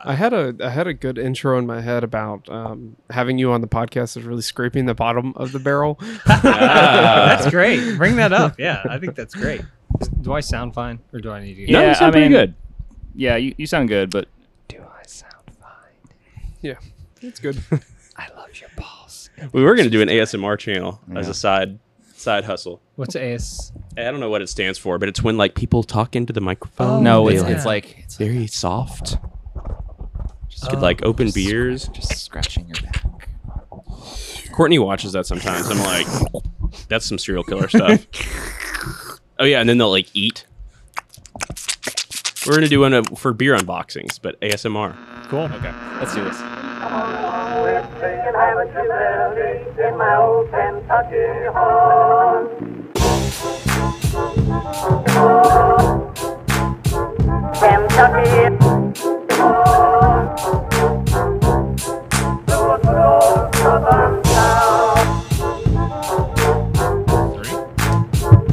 I had a I had a good intro in my head about um, having you on the podcast is really scraping the bottom of the barrel. that's great. Bring that up. Yeah, I think that's great. Do I sound fine, or do I need to? No, you Yeah, I sound pretty mean- good. Yeah, you, you sound good, but Do I sound fine? yeah, it's good. I love your balls. We were gonna do an ASMR channel as Yeah. a side side hustle. What's AS? I don't know what it stands for, but it's when like people talk into the Oh, microphone. No, no, They, it's, yeah. it's like it's very soft. Just could Oh. like open beers. just scratching your back. Courtney watches that sometimes. I'm like, that's some serial killer stuff. oh yeah, and then they'll like eat. We're gonna do one of- for beer unboxings, but ASMR. Cool. Okay, let's do this. In Hampshire Valley, in my old Kentucky home. Kentucky. home. To a good old southern town.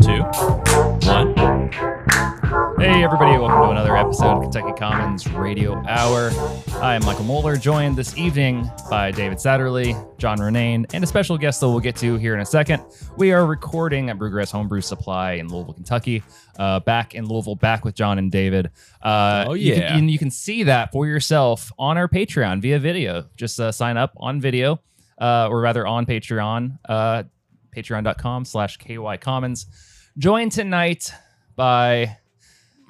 Two, one. Hey everybody, welcome to another episode of Kentucky Commons Radio Hour. I am Michael Moeller, joined this evening by David Satterley, John Renane, and a special guest that we'll get to here in a second. We are recording at Brewgrass Homebrew Supply in Louisville, Kentucky. Uh, back in Louisville, back with John and David. Uh, Oh, you yeah. can, and you can see that for yourself on our Patreon via video. Just uh, sign up on video, uh, or rather on Patreon, uh, patreon.com slash KY Commons. Joined tonight by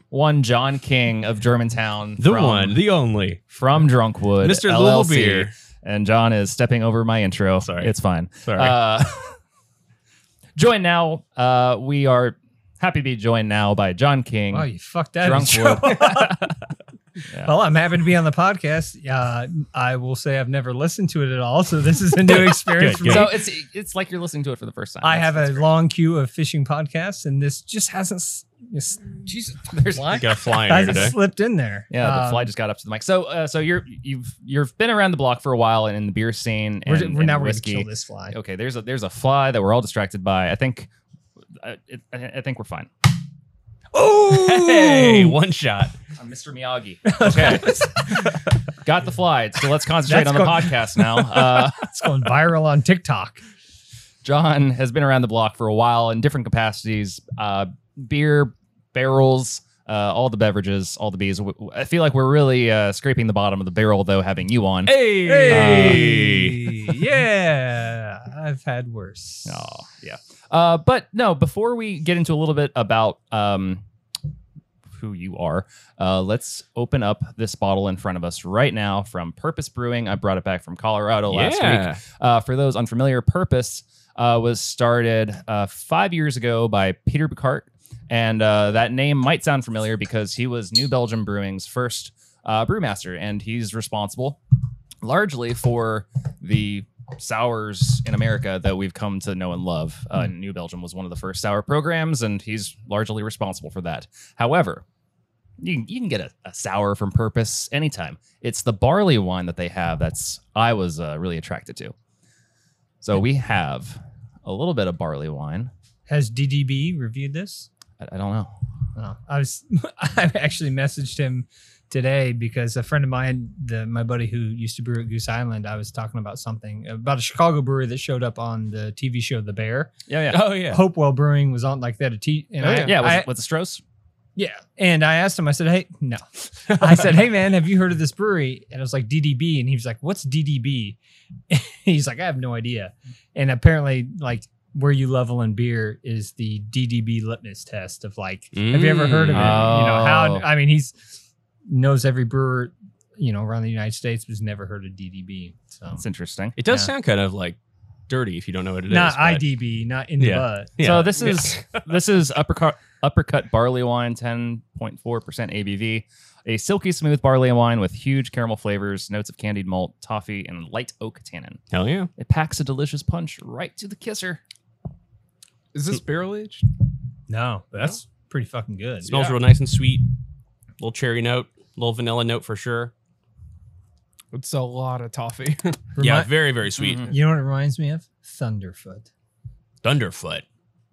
one John King of Germantown. The from, one, the only. from Drunkwood, Mr. Little LLC. Beer. And John is stepping over my intro. Sorry. It's fine. Sorry. Uh, joined now. Uh, we are happy to be joined now by John King. Wow, Oh, you fucked that Drunk intro wood. up. Yeah. Well, I'm happy to be on the podcast. Uh, I will say I've never listened to it at all, so this is a new experience for me. so it's it's like you're listening to it for the first time. I That's- have a long queue of fishing podcasts, and this just hasn't. s- Yes, Jesus, there's I got a fly in here hasn't today. slipped in there. Yeah, the Um, fly just got up to the mic. So, uh, so you're you've you've been around the block for a while and in the beer scene. We're, And, ju- we're and now we're gonna whiskey. kill this fly. Okay, there's a there's a fly that we're all distracted by. I think, I, it, I I think we're fine. Oh, hey, one shot. I'm Mr. Miyagi. Okay, got the fly. So let's concentrate That's on the go- podcast now. Uh, It's going viral on TikTok. John has been around the block for a while in different capacities. Uh, beer barrels, uh, all the beverages, all the bees. W- w- I feel like we're really uh, scraping the bottom of the barrel though, having you on. Hey. Hey, yeah, I've had worse. Oh, yeah. Uh, but no, before we get into a little bit about um, who you are, uh, let's open up this bottle in front of us right now from Purpose Brewing. I brought it back from Colorado last week. Yeah. Uh, for those unfamiliar, Purpose uh, was started uh, five years ago by Peter Bucart. And uh, that name might sound familiar because he was New Belgium Brewing's first uh, brewmaster, and he's responsible largely for the sours in America that we've come to know and love. Uh, New Belgium was one of the first sour programs, and he's largely responsible for that. However, you can, you can get a, a sour from Purpose anytime. It's the barley wine that they have that's I was uh, really attracted to. So we have a little bit of barley wine. Has DDB reviewed this? I, I don't know. Oh, I was I actually messaged him today because a friend of mine, the my buddy who used to brew at Goose Island, I was talking about something about a Chicago brewery that showed up on the TV show The Bear. Yeah, yeah. Oh, Oh yeah. Hopewell Brewing was on like that. A T and I, yeah, was, I- it, was it Strauss? yeah. And I asked him. I said, "Hey, no." I said, "Hey, man, have you heard of this brewery?" And I was like, "DDB," and he was like, "What's DDB?" He's like, "I have no idea." And apparently, like where you level in beer is the DDB litmus test of like, have you ever heard of it? You know how? Oh. Mm. I mean, he's knows every brewer, you know, around the United States, but has never heard of DDB. So That's interesting. It does Yeah. sound kind of like dirty if you don't know what it is. not but- IDB, not in the Yeah. butt. Yeah. So this is this is uppercut uppercut barley wine, ten point four percent ABV, a silky smooth barley wine with huge caramel flavors, notes of candied malt, toffee, and light oak tannin. Hell yeah. It packs a delicious punch right to the kisser. Is this barrel aged? No, but that's pretty fucking good. It smells real nice and sweet. Little cherry note, little vanilla note for sure. It's a lot of toffee. Remi- yeah, very very sweet. Mm-hmm. Mhm. You know what it reminds me of? Thunderfoot. Thunderfoot.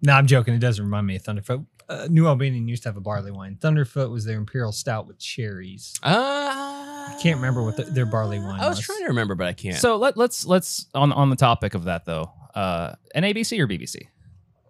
No, I'm joking. It does remind me of Thunderfoot. Uh, New Albanian used to have a barley wine. Thunderfoot was their imperial stout with cherries. Ah. I can't remember what the, their barley wine I was was. trying to remember, but I can't. So let, let's let's on on the topic of that though. Uh, NABC or BBC?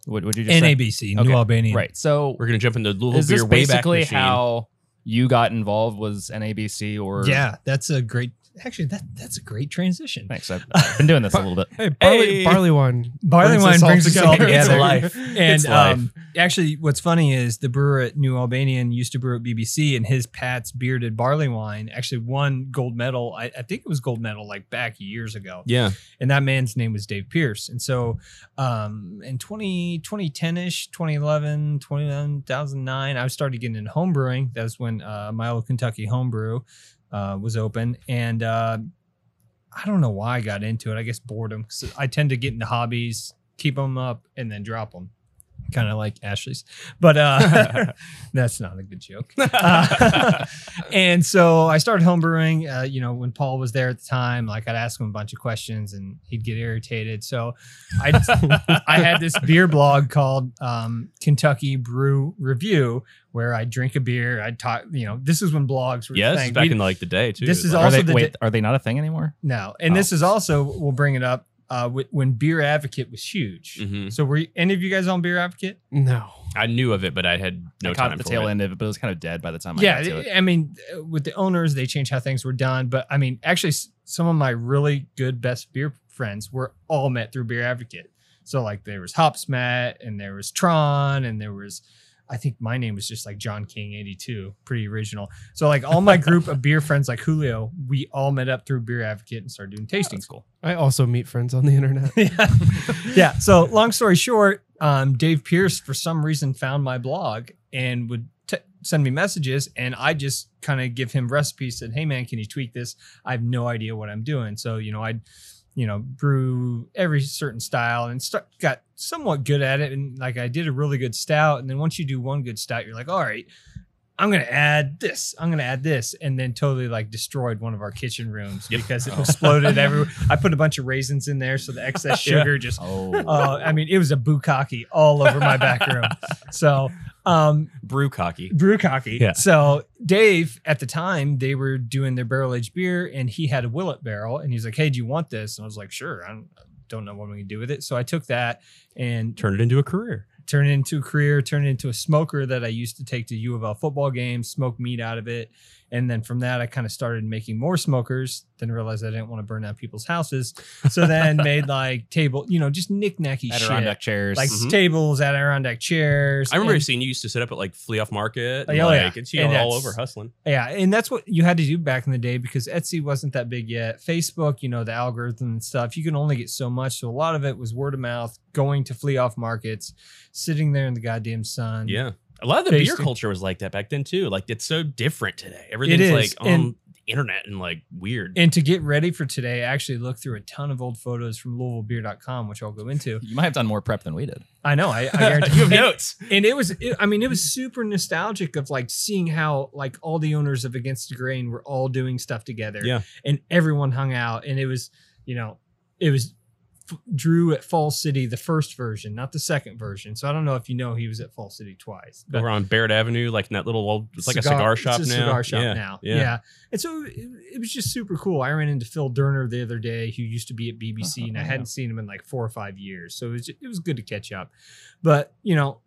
What would you just say? NABC, Okay, New Albanian. Right. So we're gonna jump into Louisville is this beer way back basically machine. how you got involved? Was NABC or Yeah, that's a great. Actually, that that's a great transition. Thanks. I've I've been doing this a little bit. Hey, barley, Hey. barley wine. Barley Brings wine us all brings us all together. It's together. life. And It's life. um, actually, what's funny is the brewer at New Albanian used to brew at BBC, and his Pat's bearded barley wine actually won gold medal. I, I think it was gold medal like back years ago. Yeah. And that man's name was Dave Pierce. And so um, in 20, 2010 ish, 2011, 2009, I started getting into homebrewing. That was when uh, Milo Kentucky Homebrew uh, was open. And uh, I don't know why I got into it. I guess boredom. 'Cause I tend to get into hobbies, keep them up, and then drop them. Kind of like Ashley's, but uh, that's not a good joke. Uh, and so I started homebrewing. Uh, you know, when Paul was there at the time, like I'd ask him a bunch of questions, and he'd get irritated. So I, I had this beer blog called um, Kentucky Brew Review, where I drink a beer. I talk. You know, this is when blogs were. a Yes, thing. back We- in like the day too. this is Like- Are Also they, the wait, di- are they not a thing anymore? no, and Oh. this is also we'll bring it up uh, wh- when Beer Advocate was huge. Mm-hmm. Mhm. So were you, any of you guys on Beer Advocate? No. I knew of it, but I had no I caught time the for tail it. end of it, but it was kind of dead by the time I yeah, got to it. I mean, uh, with the owners, they changed how things were done. But I mean, actually, s- some of my really good best beer friends were all met through Beer Advocate. So like there was Hops Matt, and there was Tron, and there was. I think my name was just like John King 82, pretty original. So like all my group of beer friends like Julio, we all met up through Beer Advocate and started doing tasting school. I also meet friends on the internet. yeah. yeah. So long story short, um, Dave Pierce for some reason found my blog and would t- send me messages, and I just kind of give him recipes. Said, "Hey man, can you tweak this? I have no idea what I'm doing." So you know, I'd you know brew every certain style and start, got somewhat good at it. And like I did a really good stout, and then once you do one good stout, you're like, "All right." I'm gonna add this. I'm gonna add this, and then totally like destroyed one of our kitchen rooms because it exploded everywhere. I put a bunch of raisins in there, so the excess sugar just. Oh, Uh, I mean, it was a bukkake all over my back room. So, um, Brew cocky. brew cocky. Yeah. So Dave, at the time, they were doing their barrel aged beer, and he had a Willet barrel, and he's like, "Hey, do you want this?" And I was like, "Sure." I don't, don't know what I'm gonna do with it, so I took that and Turn it into a career. turn it into a career, turn it into a smoker that I used to take to U of L football games, smoke meat out of it. And then from that, I kind of started making more smokers, then realized I didn't want to burn down people's houses. So then made like table, you know, just knickknacky Adirondack shit. chairs. Like Mhm. tables, Adirondack chairs. I remember and- seeing you used to sit up at like flea off market. And, Oh, yeah. like, It's you And know, all that's- over hustling. Yeah, and that's what you had to do back in the day because Etsy wasn't that big yet. Facebook, you know, the algorithm and stuff, you can only get so much. So a lot of it was word of mouth, going to flea off markets, sitting there in the goddamn sun. Yeah. A lot of the beer Tasty. culture was like that back then too. Like it's so different today. Everything's is, like on and- the internet and like weird. And to get ready for today, I actually looked through a ton of old photos from LouisvilleBeer.com, which I'll go into. you might have done more prep than we did. I know, I, I guarantee. you have and, notes. and it was, it, I mean, it was super nostalgic of like seeing how like all the owners of Against the Grain were all doing stuff together, Yeah. and everyone hung out, and it was, you know, it was F- Drew at Fall City, the first version, not the second version. So I don't know if you know he was at Fall City twice. but- Over on Barrett Avenue, like in that little old it's like a cigar shop it's a now. cigar shop yeah. now. Yeah. Yeah. And so it, it was just super cool. I ran into Phil Durner the other day, who used to be at BBC, and I Yeah. hadn't seen him in like four or five years. So it was, it was good to catch up. But, you know,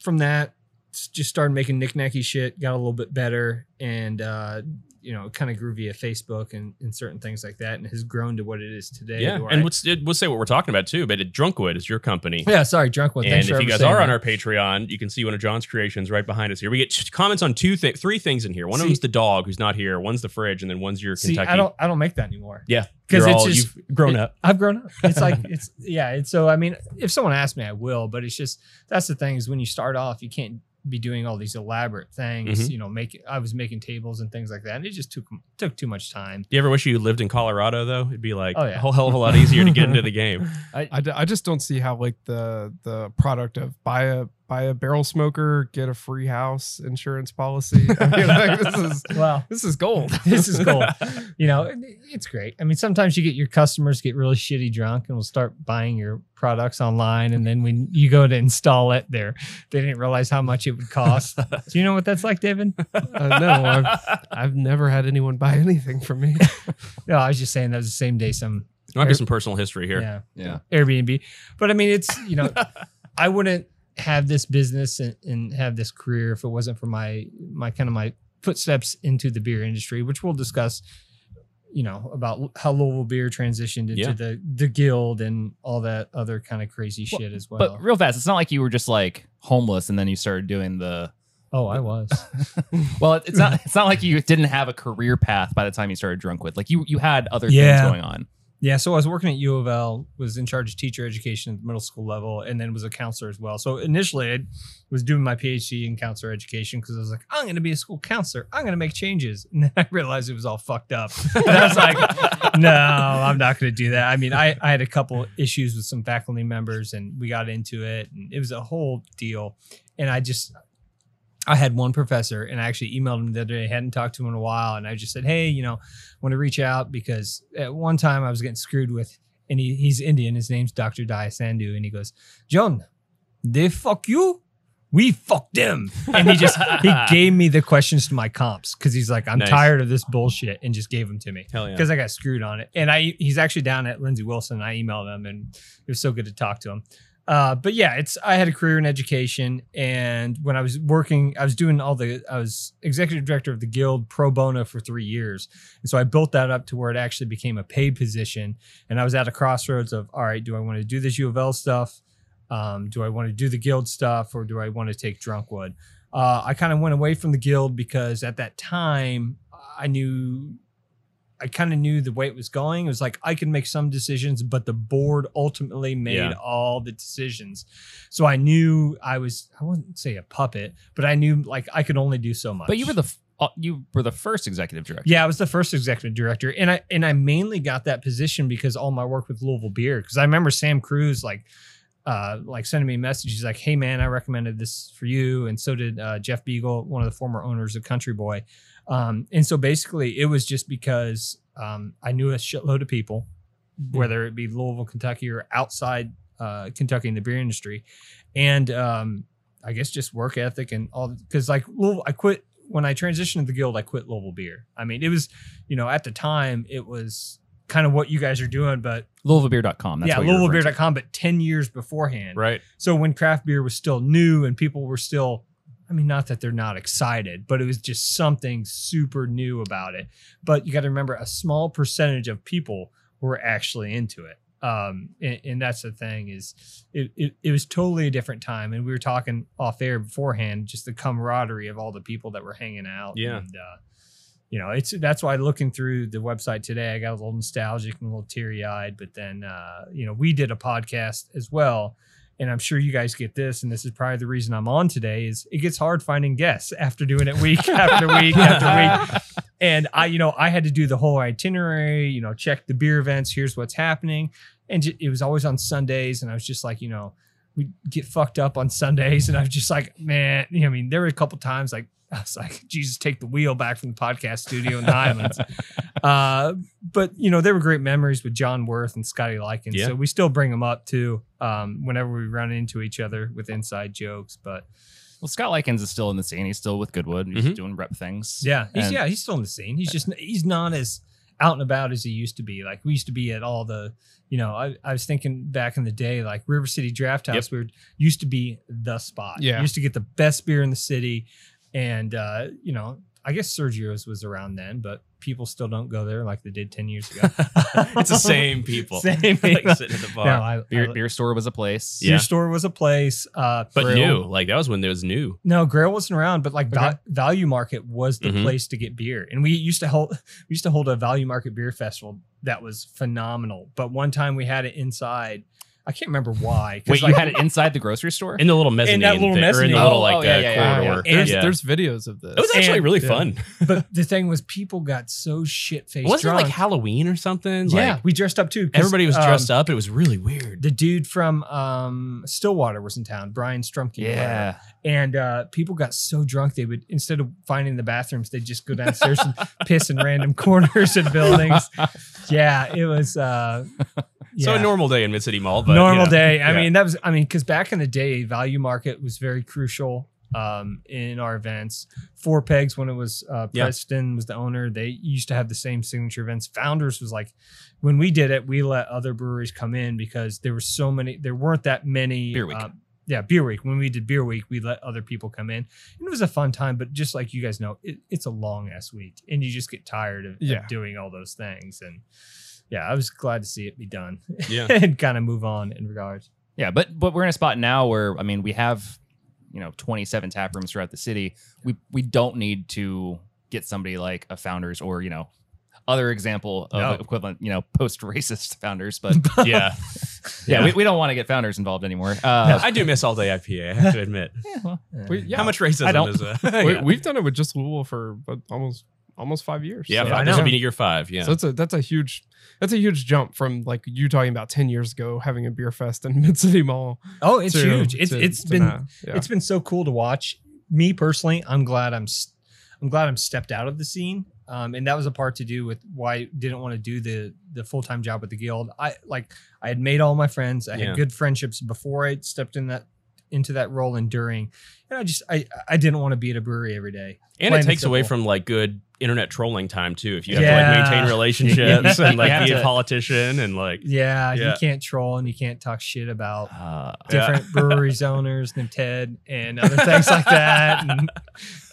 from that, s- just started making knickknacky shit, got a little bit better, and, uh, you know, kind of grew via Facebook and, and certain things like that, and has grown to what it is today. Yeah. to where And I- let's it, we'll say what we're talking about too, but at Drunkwood is your company. yeah, sorry, drunk one. and Thanks if for you guys saying are on that. our Patreon, you can see one of John's creations right behind us here. We get comments on two, th- three things in here. One of See- them's the dog who's not here. One's the fridge, and then one's your See, Kentucky. I don't, I don't make that anymore. yeah, 'Cause You're it's all- just- you've grown It- up. I've grown up. It's like it's yeah. And so I mean, if someone asks me, I will. But it's just that's the thing is when you start off, you can't be doing all these elaborate things. Mhm. You know, make I was making tables and things like that, and it just took took too much time. Do you ever wish you lived in Colorado though? It'd be like Oh, yeah. a whole hell of a lot easier to get into the game. I, d- I just don't see how like the the product of buy a buy a barrel smoker, get a free house insurance policy. I mean, like, this is Well, this is gold. this is cool. you know, it- it's great. I mean, sometimes you get your customers get really shitty drunk and will start buying your products online, and then when you go to install it, there they didn't realize how much it would cost. Do you know what that's like, David? Uh, no, I've, I've never had anyone buy anything from me. No, I was just saying that was the same day some There might be some personal history here. yeah Yeah. Airbnb. But I mean, it's you know, I wouldn't have this business and, and have this career if it wasn't for my my kind of my footsteps into the beer industry, which we'll discuss. You know about how Louisville beer transitioned into Yeah. the the guild and all that other kind of crazy shit as well. But real fast, it's not like you were just like homeless and then you started doing the. oh, I was. Well, it- it's not. It's not like you didn't have a career path by the time you started drunk with. Like you, you had other Yeah. things going on. Yeah, so I was working at U of L, was in charge of teacher education at the middle school level, and then was a counselor as well. So initially, I was doing my PhD in counselor education because I was like, I'm going to be a school counselor. I'm going to make changes. And then I realized it was all fucked up. And I was like, no, I'm not going to do that. I mean, I, I had a couple issues with some faculty members, and we got into it, and it was a whole deal. And I just, I had one professor, and I actually emailed him the other day. hadn't talked to him in a while, and I just said, "Hey, you know, want to reach out because at one time I was getting screwed with, and he, he's Indian. His name's Dr. Dai Sandhu, and he goes, John, they fuck you. We fuck them. And he just he gave me the questions to my comps because he's like, I'm Nice. tired of this bullshit, and just gave them to me Hell yeah. because I got screwed on it. And I he's actually down at Lindsey Wilson. I emailed him, and it was so good to talk to him. Uh, but yeah, it's I had a career in education, and when I was working, I was doing all the I was executive director of the guild pro bono for three years, and so I built that up to where it actually became a paid position. And I was at a crossroads of all right, do I want to do this U of L stuff? Um, do I want to do the guild stuff, or do I want to take Drunkwood? Uh, I kind of went away from the guild because at that time I knew I kind of knew the way it was going. It was like I could make some decisions, but the board ultimately made Yeah. all the decisions. So I knew I was I wouldn't say a puppet, but I knew like I could only do so much. But you were the f- uh, you were the first executive director. Yeah, I was the first executive director, and I and I mainly got that position because all my work with Louisville Beer. Because I remember Sam Cruz like, uh, like sending me a message. He's like, "Hey man, I recommended this for you," and so did uh, Jeff Beagle, one of the former owners of Country Boy. Um, and so basically, it was just because um, I knew a shitload of people, whether it be Louisville, Kentucky, or outside uh, Kentucky in the beer industry, and um, I guess just work ethic and all because like Louisville, I quit when I transitioned to the guild, I quit Louisville beer. I mean, it was, you know, at the time it was kind of what you guys are doing, but LouisvilleBeer.com. That's yeah, what you're referring to. LouisvilleBeer.com, but 10 years beforehand. Right. So when craft beer was still new and people were still, I mean, not that they're not excited, but it was just something super new about it. But you got to remember a small percentage of people were actually into it. Um, and, and that's the thing is it, it, it was totally a different time. And we were talking off air beforehand, just the camaraderie of all the people that were hanging out. Yeah. And, uh, you know, it's that's why looking through the website today, I got a little nostalgic and a little teary eyed. But then, uh, you know, we did a podcast as well, and I'm sure you guys get this, and this is probably the reason I'm on today. Is it gets hard finding guests after doing it week after week after week, and I, you know, I had to do the whole itinerary, you know, check the beer events. Here's what's happening, and ju- it was always on Sundays, and I was just like, you know. We get fucked up on Sundays, and I was just like, man. you know, I mean, there were a couple times like I was like, Jesus, take the wheel back from the podcast studio in the Highlands. uh, but you know, there were great memories with John Worth and Scotty Likens. Yeah. So we still bring them up too um, whenever we run into each other with inside jokes. But Well, Scott Likens is still in the scene. He's still with Goodwood. He's Mhm. doing rep things. yeah, he's And- yeah, he's still in the scene. He's just he's not as out and about as he used to be. Like we used to be at all the, you know, I, I was thinking back in the day, like River City Draft House, we were, used to be the spot. Yeah. used to get the best beer in the city, and uh, you know, I guess Sergio's was around then, but people still don't go there like they did ten years ago. it's the same people. Same like people. sitting at the No, bar. I, Beer, Uh, I- beer store was a place. Yeah. Your store was a place, uh, but Grail- new. Like that was when there was new. No, Grail wasn't around, but like Okay. Va- Value Market was the Mhm. place to get beer, and we used to hold we used to hold a Value Market beer festival that was phenomenal. But one time we had it inside I can't remember why. 'cause, Wait, you like, had it inside the grocery store? in the little mezzanine, little thing- or in the mezzanine. Oh, little like oh, yeah, uh, yeah, yeah, yeah. corridor. And Yeah. There's videos of this. It was actually and- really yeah. fun. But the thing was, people got so shit faced. Wasn't drunk. it like Halloween or something? yeah, Like, we dressed up too. 'cause, everybody was um, dressed up. It was really weird. The dude from um, Stillwater was in town, Brian Strumke. Yeah. and uh, people got so drunk they would instead of finding the bathrooms, they'd just go downstairs and piss in random corners and buildings. Yeah, it was. Uh, So yeah. a normal day in Mid City Mall, but normal you know, day. I yeah. mean, that was. I mean, because back in the day, value market was very crucial um, in our events. Four Pegs, when it was uh, Yeah. Preston was the owner, they used to have the same signature events. Founders was like, when we did it, we let other breweries come in because there were so many. There weren't that many Beer Week. um, yeah, beer week. When we did beer week, we let other people come in. And it was a fun time, but just like you guys know, it, it's a long ass week, and you just get tired of, of Yeah. doing all those things. And yeah, I was glad to see it be done Yeah. and kind of move on in regards. Yeah, but but we're in a spot now where I mean we have you know 27 tap rooms throughout the city. We we don't need to get somebody like a founders or you know other example of No. equivalent you know post racist founders, but yeah, yeah, Yeah. we, we don't want to get founders involved anymore. Yeah, Uh, I do miss all day IPA. I have to admit. yeah, well, We, yeah, How much racism I don't- is uh, that? we, We've done it with just Louisville for uh, almost almost five years. yeah, so. five, this will be year five. Yeah, So that's a that's a huge that's a huge jump from like you talking about ten years ago having a beer fest in Mid City Mall. Oh, it's to- huge. It's to- it's to been now. Yeah. it's been so cool to watch. Me personally, I'm glad I'm s- I'm glad I'm stepped out of the scene. Um, and that was a part to do with why I didn't want to do the the full time job with the guild. I like I had made all my friends. I Yeah. had good friendships before I stepped in that into that role and during. And I just I I didn't want to be at a brewery every day. and plain it and takes away simple. from like good internet trolling time too. If you have to Yeah. like maintain relationships Yeah. and You like have be a to- politician and like Yeah, Yeah. you can't troll and you can't talk shit about uh, different breweries owners and Ted and other things like that. And,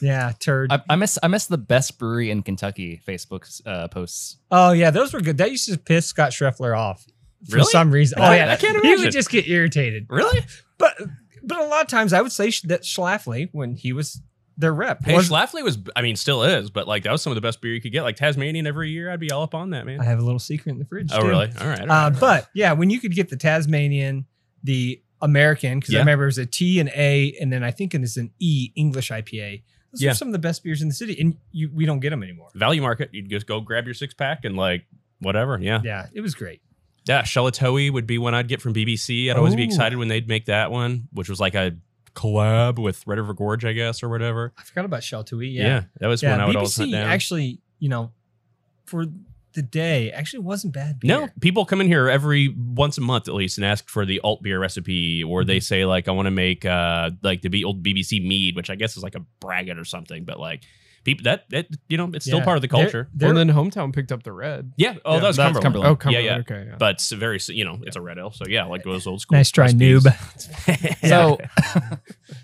yeah, turd. I, I miss I miss the best brewery in Kentucky Facebook uh, posts. Oh yeah, those were good. That used to piss Scott Schreffler off for Really? some reason. I- Oh yeah, I can't He imagine. would just get irritated. really. But but a lot of times I would say sh- that Schlafly when he was their rep. Hey, was- Schlafly was, I mean, still is, but like that was some of the best beer you could get. Like Tasmanian every year, I'd be all up on that, man. I have a little secret in the fridge. oh, too. really? All right. all right. Uh, but yeah, when you could get the Tasmanian, the American, because Yeah. I remember it was a T and A, and then I think it is an E English IPA. Those Yeah. are some of the best beers in the city, and you, we don't get them anymore. Value market, you'd just go grab your six pack and like whatever. Yeah. Yeah, it was great. Yeah. Shalatoe would be one I'd get from BBC. I'd always be Ooh. excited when they'd make that one, which was like a collab with Red River Gorge, I guess, or whatever. I forgot about Shell to Eat. Yeah. yeah. that was one I would always hunt BBC down. actually, you know, for the day, actually wasn't bad. Beer. No, people come in here every once a month at least and ask for the alt beer recipe, or Mm-hmm. they say like, "I want to make uh like the B- old BBC mead," which I guess is like a braggot or something. But like, people that that you know, it's still Yeah. part of the They're- culture. they're- well, then hometown picked up the red. yeah. Oh, Yeah, that was that's Cumberland. Cumberland. Oh, Yeah, Cumberland. yeah. Okay. Yeah. But it's very, you know, it's a red ale. So yeah, like those old school. nice try, recipes. noob. So,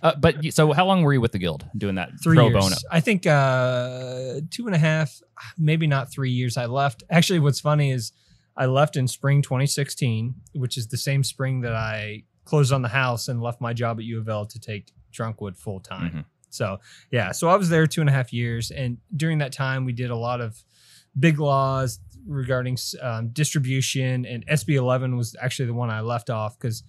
uh, but you- so how long were you with the guild doing that Three pro years. bono? I think uh, two and a half, maybe not three years. I left. Actually, what's funny is I left in spring 2016, which is the same spring that I closed on the house and left my job at U of L to take Drunkwood full time. Mm-hmm. Mhm. So yeah, so I was there two and a half years, and during that time we did a lot of big laws regarding um, distribution, and SB 11 was actually the one I left off because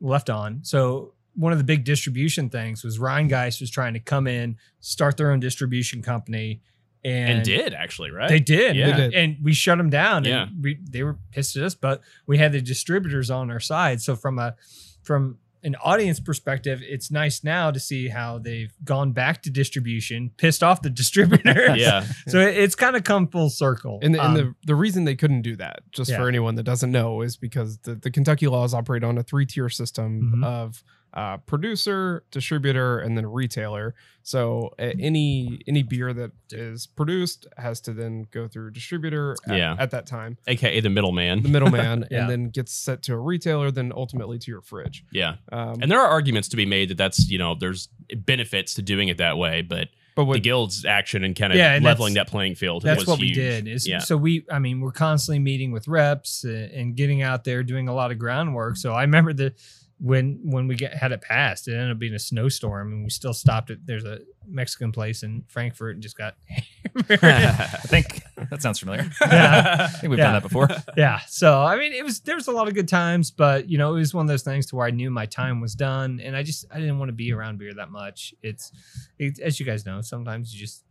left on. So one of the big distribution things was Ryan Geist was trying to come in, start their own distribution company, and, and did actually right. They did, Yeah. They did. and we shut them down. Yeah. and we, they were pissed at us, but we had the distributors on our side. So from a from an audience perspective, it's nice now to see how they've gone back to distribution, pissed off the distributors. yeah, So it- it's kind of come full circle. And, the, and Um, the, the reason they couldn't do that, just Yeah. for anyone that doesn't know, is because the, the Kentucky laws operate on a three tier system Mhm. of uh, producer, distributor, and then retailer. So uh, any any beer that is produced has to then go through distributor at, Yeah. at that time, aka the the middleman. middleman, Yeah. and then gets set to a retailer, then ultimately to your fridge. Yeah, Um, and there are arguments to be made that that's you know there's benefits to doing it that way, but but the what, guild's action and kind of Yeah, and leveling that that's- playing field. that's was what we huge. did. Is Yeah. so we, I mean, we're constantly meeting with reps uh, and getting out there doing a lot of groundwork. So I remember the when when we get had it passed, it ended up being a snowstorm, and we still stopped at there's a Mexican place in Frankfurt and just got hammered. I think that sounds familiar. Yeah. I think we've Yeah. done that before. yeah. So I mean, it was there was a lot of good times, but you know, it was one of those things to where I knew my time was done, and I just I didn't want to be around beer that much. It's it, as you guys know, sometimes you just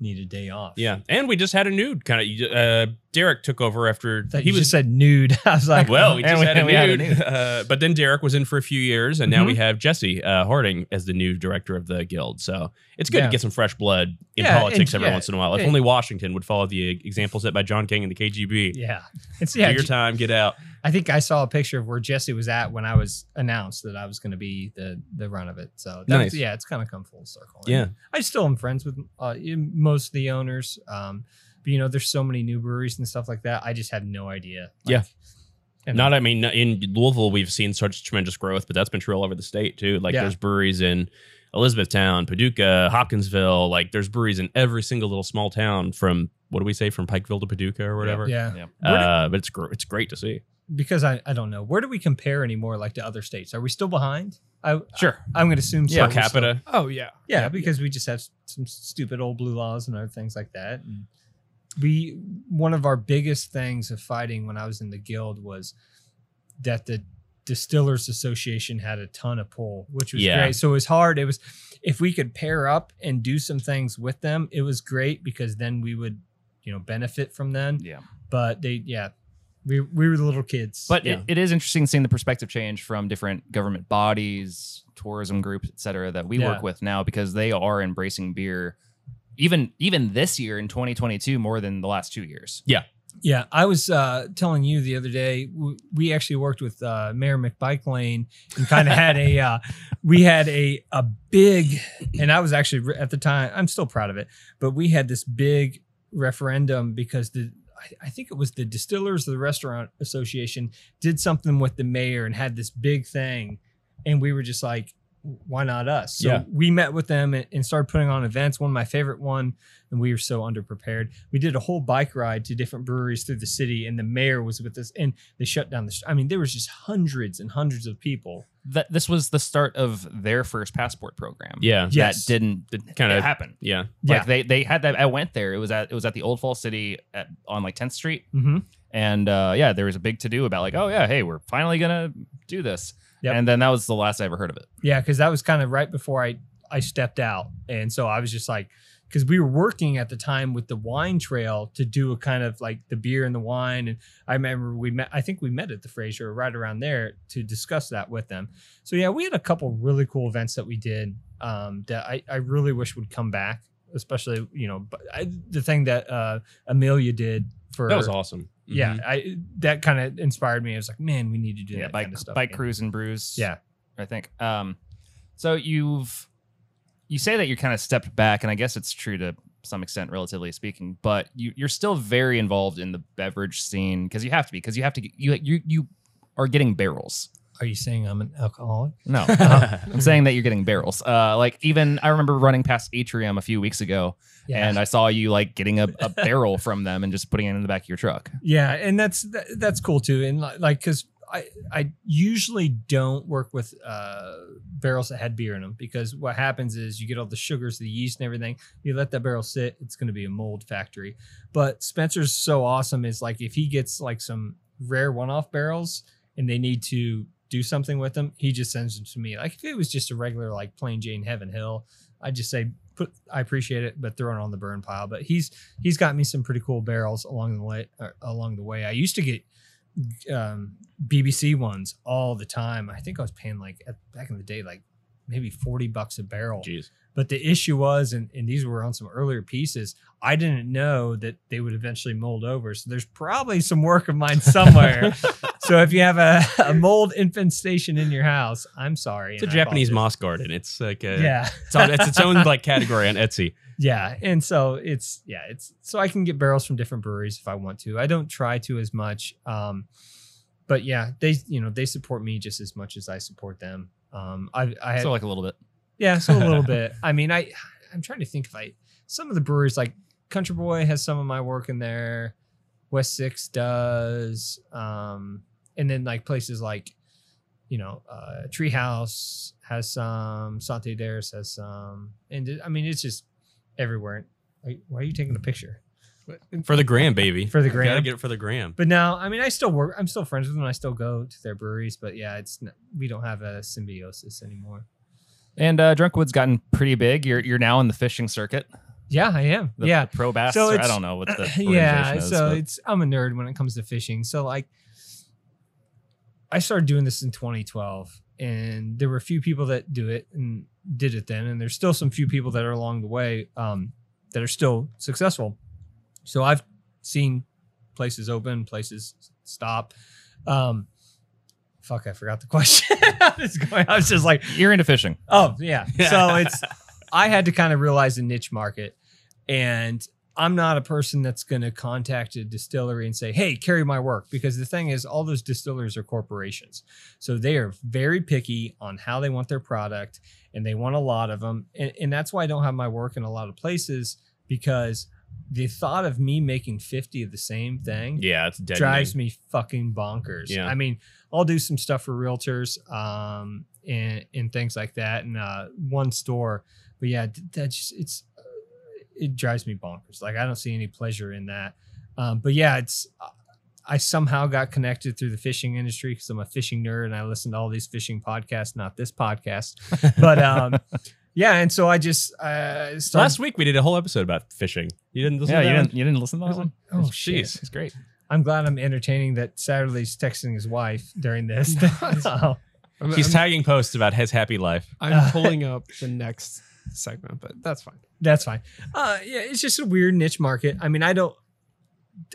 need a day off. Yeah, and we just had a nude kind of. Uh, Derek took over after That he you just was. said nude. I was like, Well, we And just we- had, a and we had a nude. nude. Uh, but then Derek was in for a few years, and now Mm-hmm. we have Jesse uh, Harding as the new director of the guild. So it's good Yeah. to get some fresh blood in Yeah, politics and- every yeah, once in a while. If and- only Washington would follow the example set by John King and the KGB. yeah. It's Do yeah. your time, get out. I think I saw a picture of where Jesse was at when I was announced that I was going to be the the run of it. So Nice. that's, yeah, it's kind of come full circle. And Yeah, I still am friends with uh, you- most of the owners. Um, but you know, there's so many new breweries and stuff like that. I just have no idea. Like, Yeah. and- Not, I mean, in Louisville, we've seen such tremendous growth, but that's been true all over the state too. Like, Yeah. there's breweries in Elizabethtown, Paducah, Hopkinsville. Like, there's breweries in every single little small town from what do we say from Pikeville to Paducah or whatever. yeah, Yeah. Uh, but it's gr- it's great to see. because I, I don't know. Where do we compare anymore, like to other states? Are we still behind? I Sure. I'm going to assume so. Yeah, We're Per still- capita, Oh yeah. yeah, because we just have s- some stupid old blue laws and other things like that. And Mm-hmm. we one of our biggest things of fighting when I was in the guild was that the distillers association had a ton of pull, which was Yeah. great. So it was hard. It was if we could pair up and do some things with them, it was great because then we would, you know, benefit from them. Yeah. But they yeah. We, we were the little kids. But Yeah. it, it is interesting seeing the perspective change from different government bodies, tourism groups, et cetera, that we Yeah. work with now because they are embracing beer even even this year in 2022 more than the last two years. Yeah, I was uh, telling you the other day. w- We actually worked with uh, Mayor McBike Lane and kind of had a uh, we had a a big, and I was actually re- at the time. I'm still proud of it, but we had this big referendum because the I, I think it was the Distillers of the Restaurant Association did something with the mayor and had this big thing, and we were just like, why not us? So Yeah. we met with them and, and started putting on events. One of my favorite one and we were so underprepared. We did a whole bike ride to different breweries through the city, and the mayor was with us, and they shut down the. St- I mean, there was just hundreds and hundreds of people. That this was the start of their first passport program. yeah, Yes. That didn't That kind of happen. yeah. Yeah. Like they they had that I went there. It was at it was at the old Falls City at, on like 10th Street. Mm-hmm. And uh, yeah, there was a big to do about like, oh yeah, hey, we're finally gonna do this. Yep. And then that was the last I ever heard of it. Yeah, because that was kind of right before I I stepped out, and so I was just like, because we were working at the time with the wine trail to do a kind of like the beer and the wine, and I remember we met. I think we met at the Fraser right around there to discuss that with them. So yeah, we had a couple really cool events that we did um, that I I really wish would come back, especially you know, but I, the thing that uh, Amelia did for That was awesome. Yeah, Mhm. I that kind of inspired me. I was like, man, we need to do yeah, that bike kind of stuff. bike again. cruise and brews. Yeah. I think. Um, so you've you say that you kind of stepped back, and I guess it's true to some extent, relatively speaking. But you you're still very involved in the beverage scene because you have to be because you have to get- you you you are getting barrels. Are you saying I'm an alcoholic? No, uh, I'm saying that you're getting barrels. Uh, like even I remember running past Atrium a few weeks ago, and I saw you like getting a, a barrel from them and just putting it in the back of your truck. Yeah, and that's that, that's cool too. And li- like, because I I usually don't work with uh, barrels that had beer in them because what happens is you get all the sugars, the yeast, and everything. You let that barrel sit, it's going to be a mold factory. But Spencer's so awesome is like if he gets like some rare one-off barrels and they need to do something with them, he just sends them to me. Like if it was just a regular like plain Jane Heaven Hill, I'd just say put I appreciate it, but throw it on the burn pile. But he's he's got me some pretty cool barrels along the way. uh, Along the way, I used to get um, BBC ones all the time. I think I was paying like at, back in the day, like maybe forty bucks a barrel. Jeez. But the issue was, and, and these were on some earlier pieces, I didn't know that they would eventually mold over. So there's probably some work of mine somewhere. so if you have a, a mold infestation in your house, I'm sorry. It's a and I Japanese apologize. moss garden. It's like a, yeah. Yeah. it's, on, it's its own like category on Etsy. Yeah, and so it's yeah, it's so I can get barrels from different breweries if I want to. I don't try to as much, um, but yeah, they you know they support me just as much as I support them. Um, I I had, So like a little bit. yeah, so a little bit. I mean, I I'm trying to think if I some of the breweries like Country Boy has some of my work in there, West Six does, um, and then like places like you know, uh, Treehouse has some, Sante Dares has some, and it- I mean, it's just everywhere. Like, Why are you taking a picture for the gram, baby. for the Gotta gram? get it for the gram. but no, I mean, I still work. I'm still friends with them. I still go to their breweries, but yeah, it's n we don't have a symbiosis anymore. And uh, Drunkwood's gotten pretty big. You're you're now in the fishing circuit. Yeah, I am. The, yeah, the pro bass. So or I it's- uh, don't know what the organization yeah is. so but- it's i'm a nerd when it comes to fishing so like i started doing this in 2012 and there were a few people that do it and did it then and there's still some few people that are along the way um, that are still successful so i've seen places open places s- stop um, fuck i forgot the question I was going- i was just like you're into fishing. Oh yeah. So it's I had to kind of realize a niche market, and I'm not a person that's going to contact a distillery and say, "Hey, carry my work," because the thing is, all those distillers are corporations, so they are very picky on how they want their product, and they want a lot of them, and, and that's why I don't have my work in a lot of places because the thought of me making 50 of the same thing Yeah, it's dead. drives me fucking bonkers. Yeah. I mean, I'll do some stuff for realtors um, and and things like that, and uh, one store. But yeah, th- that just it's uh, it drives me bonkers. Like I don't see any pleasure in that. Um, but yeah, it's I somehow got connected through the fishing industry because I'm a fishing nerd and I listen to all these fishing podcasts, not this podcast. But um, yeah, and so I just uh, started. Last week we did a whole episode about fishing. You didn't listen yeah, to you that? didn't you didn't listen to that one? oh jeez. it's great. I'm glad I'm entertaining that Saturday's texting his wife during this. Oh, So, I'm, He's I'm- tagging posts about his happy life. I'm pulling up the next segment, but that's fine. that's fine. Uh, yeah, it's just a weird niche market. I mean, I don't.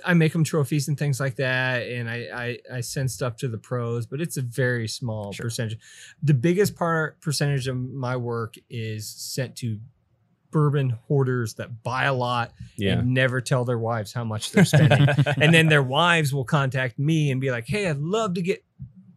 I make them trophies and things like that, and I I, I send stuff to the pros, but it's a very small percentage. The biggest part percentage of my work is sent to bourbon hoarders that buy a lot Yeah. and never tell their wives how much they're spending. and then their wives will contact me and be like, "Hey, I'd love to get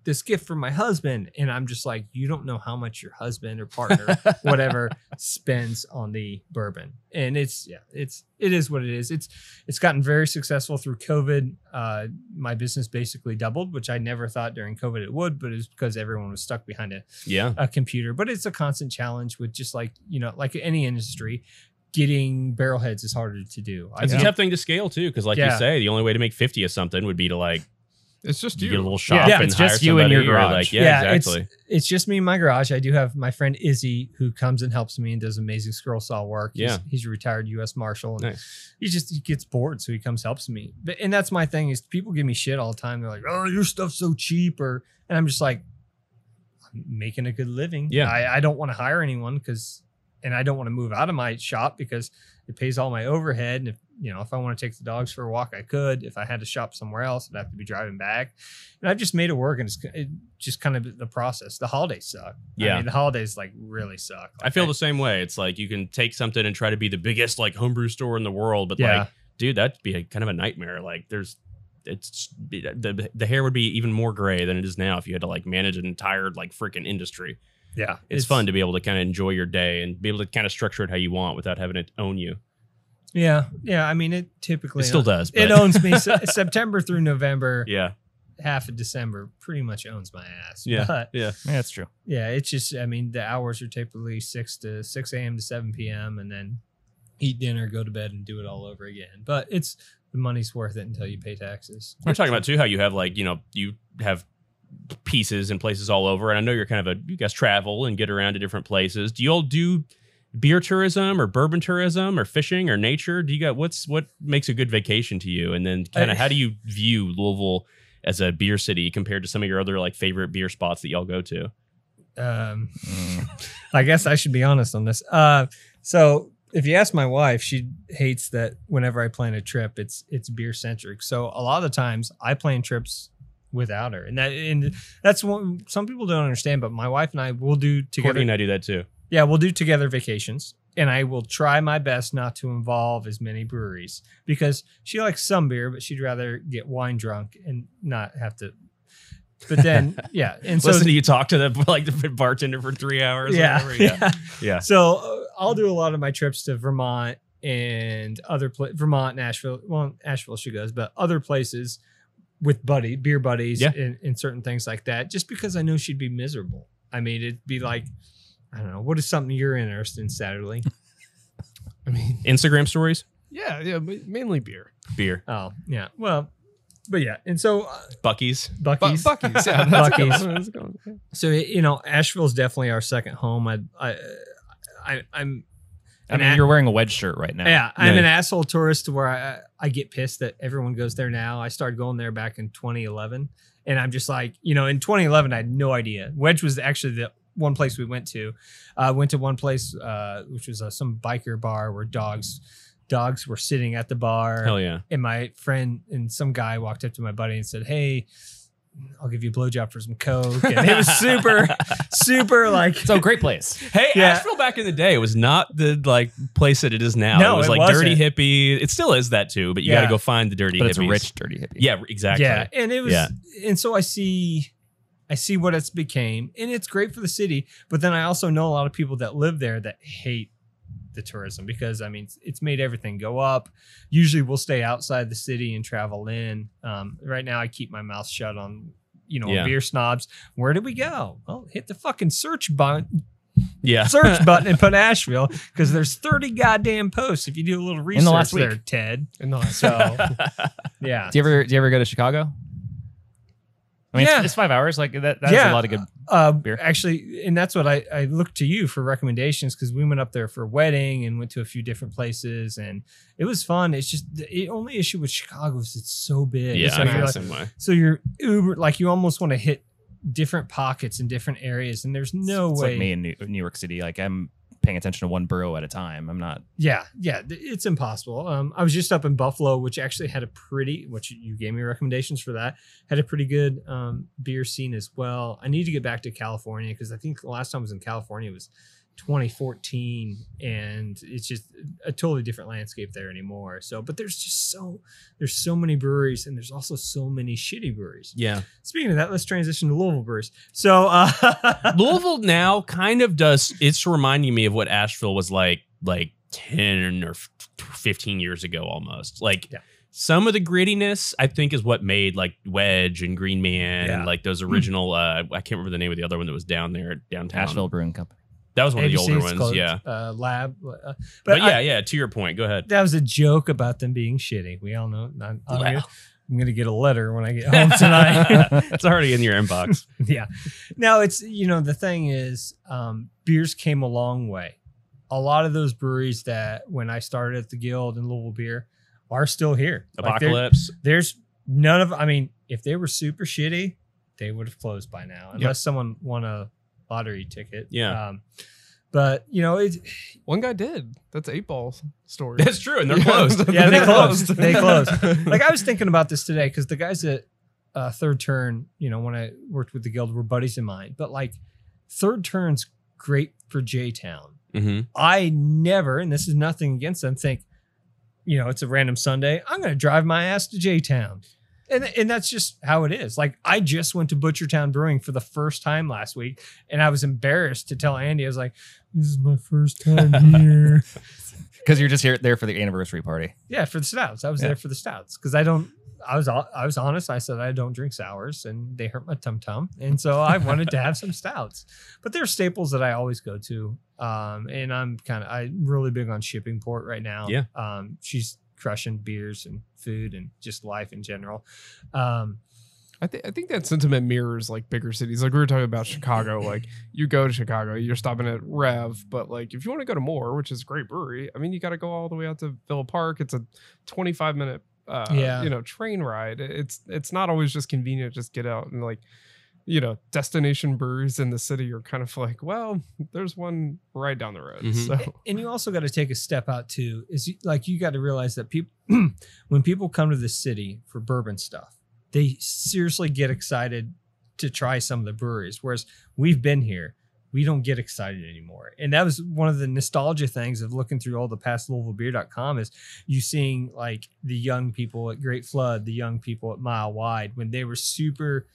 this gift for my husband." And I'm just like, "You don't know how much your husband or partner, whatever, spends on the bourbon." And it's yeah, it's it is what it is. It's it's gotten very successful through COVID. Uh, my business basically doubled, which I never thought during COVID it would, but it's because everyone was stuck behind it Yeah. a computer, but it's a constant challenge with just like, you know, like any industry, getting barrel heads is harder to do. I It's a think- tough thing to scale too, because like you Yeah. say, the only way to make fifty of something would be to like It's just get a you. little shop Yeah, and it's hire just you and somebody your or garage. like yeah, Yeah, it's- exactly. it's just me in my garage. I do have my friend Izzy who comes and helps me and does amazing squirrel saw work. He's, he's a retired U.S. Marshal. And He just he gets bored, so he comes helps me. But, and that's my thing is people give me shit all the time. They're like, "Oh, your stuff's so cheap," or and I'm just like, I'm making a good living. Yeah. I, I don't want to hire anyone because, and I don't want to move out of my shop because it pays all my overhead. And if you know, if I want to take the dogs for a walk, I could. If I had to shop somewhere else, I'd have to be driving back. And I've just made it work, and it's it just kind of the process. The holidays suck. Yeah. I mean, the holidays like really suck. I feel the same way. It's like you can take something and try to be the biggest like homebrew store in the world, but Yeah. like, dude, that'd be a, kind of a nightmare. Like, there's, it's the the hair would be even more gray than it is now if you had to like manage an entire like freaking industry. yeah, It's, fun to be able to kind of enjoy your day and be able to kind of structure it how you want without having it own you. Yeah, yeah. I mean, it typically It still does. But It owns me Se- September through November, yeah, half of December pretty much owns my ass. Yeah. But yeah. Yeah, that's true. yeah, it's just I mean the hours are typically six to six a.m. to seven p.m. and then eat dinner, go to bed, and do it all over again. But it's the money's worth it until you pay taxes. We're talking about too how you have like you know you have pieces and places all over, and I know you're kind of a you guys travel and get around to different places. Do you all do beer tourism or bourbon tourism or fishing or nature? Do you got what's what makes a good vacation to you? And then kind I- of how do you view Louisville as a beer city compared to some of your other like favorite beer spots that y'all go to? Um, Mm. I guess I should be honest on this. Uh, so if you ask my wife, she hates that whenever I plan a trip, it's it's beer centric. So a lot of the times I plan trips without her, and that and that's one some people don't understand. But my wife and I will do Courtney together. and I do that too. Yeah, we'll do together vacations. And I will try my best not to involve as many breweries because she likes some beer, but she'd rather get wine drunk and not have to. But then, yeah, and so Listen to you talk to the like the bartender for three hours. or yeah, whatever. yeah, yeah. yeah. So uh, I'll do a lot of my trips to Vermont and other pla- Vermont, Nashville. Well, Nashville she goes, but other places with buddy beer buddies Yeah. and, and certain things like that, just because I know she'd be miserable. I mean, it'd be like, I don't know, what is something you're interested in Saturday? I mean, Instagram stories, yeah, yeah, ma- mainly beer. beer, Oh, yeah. Well, but yeah, and so uh, Bucky's. Bucky's. Buc- Bucky's, yeah, that's a good Bucky's. one, that's a good one, yeah. So you know, Asheville's definitely our second home. I, I, I I'm. I mean, an- you're wearing a wedge shirt right now. Yeah, I'm Yeah. an asshole tourist to where I, I get pissed that everyone goes there now. I started going there back in 2011, and I'm just like, you know, in 2011 I had no idea. Wedge was actually the one place we went to. I went to one place uh, which was uh, some biker bar where dogs dogs were sitting at the bar Hell yeah. and my friend and some guy walked up to my buddy and said, "Hey, I'll give you a blowjob for some coke." And it was super, super like So great place. Hey, Yeah. Asheville back in the day was not the like place that it is now. No, it was it like dirty wasn't. hippie. It still is that too, but you got Yeah. to go find the dirty But hippies. it's a rich, dirty hippie. Yeah, exactly. Yeah, and it was, Yeah. and so I see, I see what it's became, and it's great for the city. But then I also know a lot of people that live there that hate the tourism because I mean it's, it's made everything go up. Usually we'll stay outside the city and travel in. Um, right now I keep my mouth shut on you know Yeah. beer snobs. Where do we go? Well, hit the fucking search button, Yeah. search button, and put Asheville because there's 30 goddamn posts if you do a little research the last week. there, Ted. And the last So yeah, Do you ever do you ever go to Chicago? I mean, Yeah. it's, it's five hours. Like that. That's Yeah. a lot of good. uh, Beer. Actually, and that's what I, I looked to you for recommendations because we went up there for a wedding and went to a few different places and it was fun. It's just the only issue with Chicago is it's so big. Yeah, so, I feel you're the like, same way. so you're Uber, like you almost want to hit different pockets in different areas and there's no it's way. Like me in New, New York City, like I'm paying attention to one borough at a time. I'm not. Yeah, yeah, th- it's impossible. Um, I was just up in Buffalo, which actually had a pretty, which you gave me recommendations for that, had a pretty good um, beer scene as well. I need to get back to California because I think the last time I was in California was 2014, and it's just a totally different landscape there anymore. So, but there's just so there's so many breweries, and there's also so many shitty breweries. Yeah. Speaking of that, let's transition to Louisville breweries. So, uh, Louisville now kind of does. It's reminding me of what Asheville was like, like ten or f- fifteen years ago, almost. Like Yeah. some of the grittiness, I think, is what made like Wedge and Green Man Yeah. Hmm. and like those original. Uh, I can't remember the name of the other one that was down there downtown. Asheville Brewing Company. That was one of the ABC older is ones. closed, Yeah. uh, lab, uh, But, I- yeah, yeah. To your point, go ahead. that was a joke about them being shitty. We all know. I'm, I'm, gonna, Well. I'm gonna get a letter when I get home tonight. it's already in your inbox. yeah. No, it's you know the thing is, um, beers came a long way. A lot of those breweries that when I started at the Guild and Louisville Beer are still here. Like, there- Apocalypse. there's none of. I mean, if they were super shitty, they would have closed by now, unless someone won a lottery ticket. Yeah. Um, but you know, it's One guy did. That's eight balls story. That's true, and they're closed. Yeah, they closed. They closed. like Like I was thinking about this today because the guys at uh, Third Turn, you know, when I worked with the guild, were buddies of mine. But like, Third Turn's great for J Town. mm-hmm. I never, and this is nothing against them, think, you know, it's a random Sunday. I'm going to drive my ass to J Town. And, and that's just how it is. Like, I just went to Butchertown Brewing for the first time last week, and I was embarrassed to tell Andy. I was like, this is my first time here. Because you're just here there for the anniversary party. Yeah, for the stouts. I was Yeah. there for the stouts because I don't. I was I was honest. I said I don't drink sours, and they hurt my tum tum, and so I wanted to have some stouts. But they're staples that I always go to. Um, and I'm kind of I'm really big on shipping port right now. Yeah. Um, she's crushing beers and food and just life in general. Um, I, th- I think that sentiment mirrors like bigger cities. Like we were talking about Chicago. Like you go to Chicago, you're stopping at Rev, but like if you want to go to Moore, which is a great brewery, I mean you got to go all the way out to Villa Park. It's a 25 minute uh, Yeah. you know train ride. It's it's not always just convenient. to Just get out and like you know destination breweries in the city are kind of like well there's one right down the road. Mhm. So and you also got to take a step out too. Is you- like you got to realize that people, when people come to the city for bourbon stuff, they seriously get excited to try some of the breweries. Whereas we've been here, we don't get excited anymore. And that was one of the nostalgia things of looking through all the past LouisvilleBeer.com is you seeing like the young people at Great Flood, the young people at Mile Wide when they were super.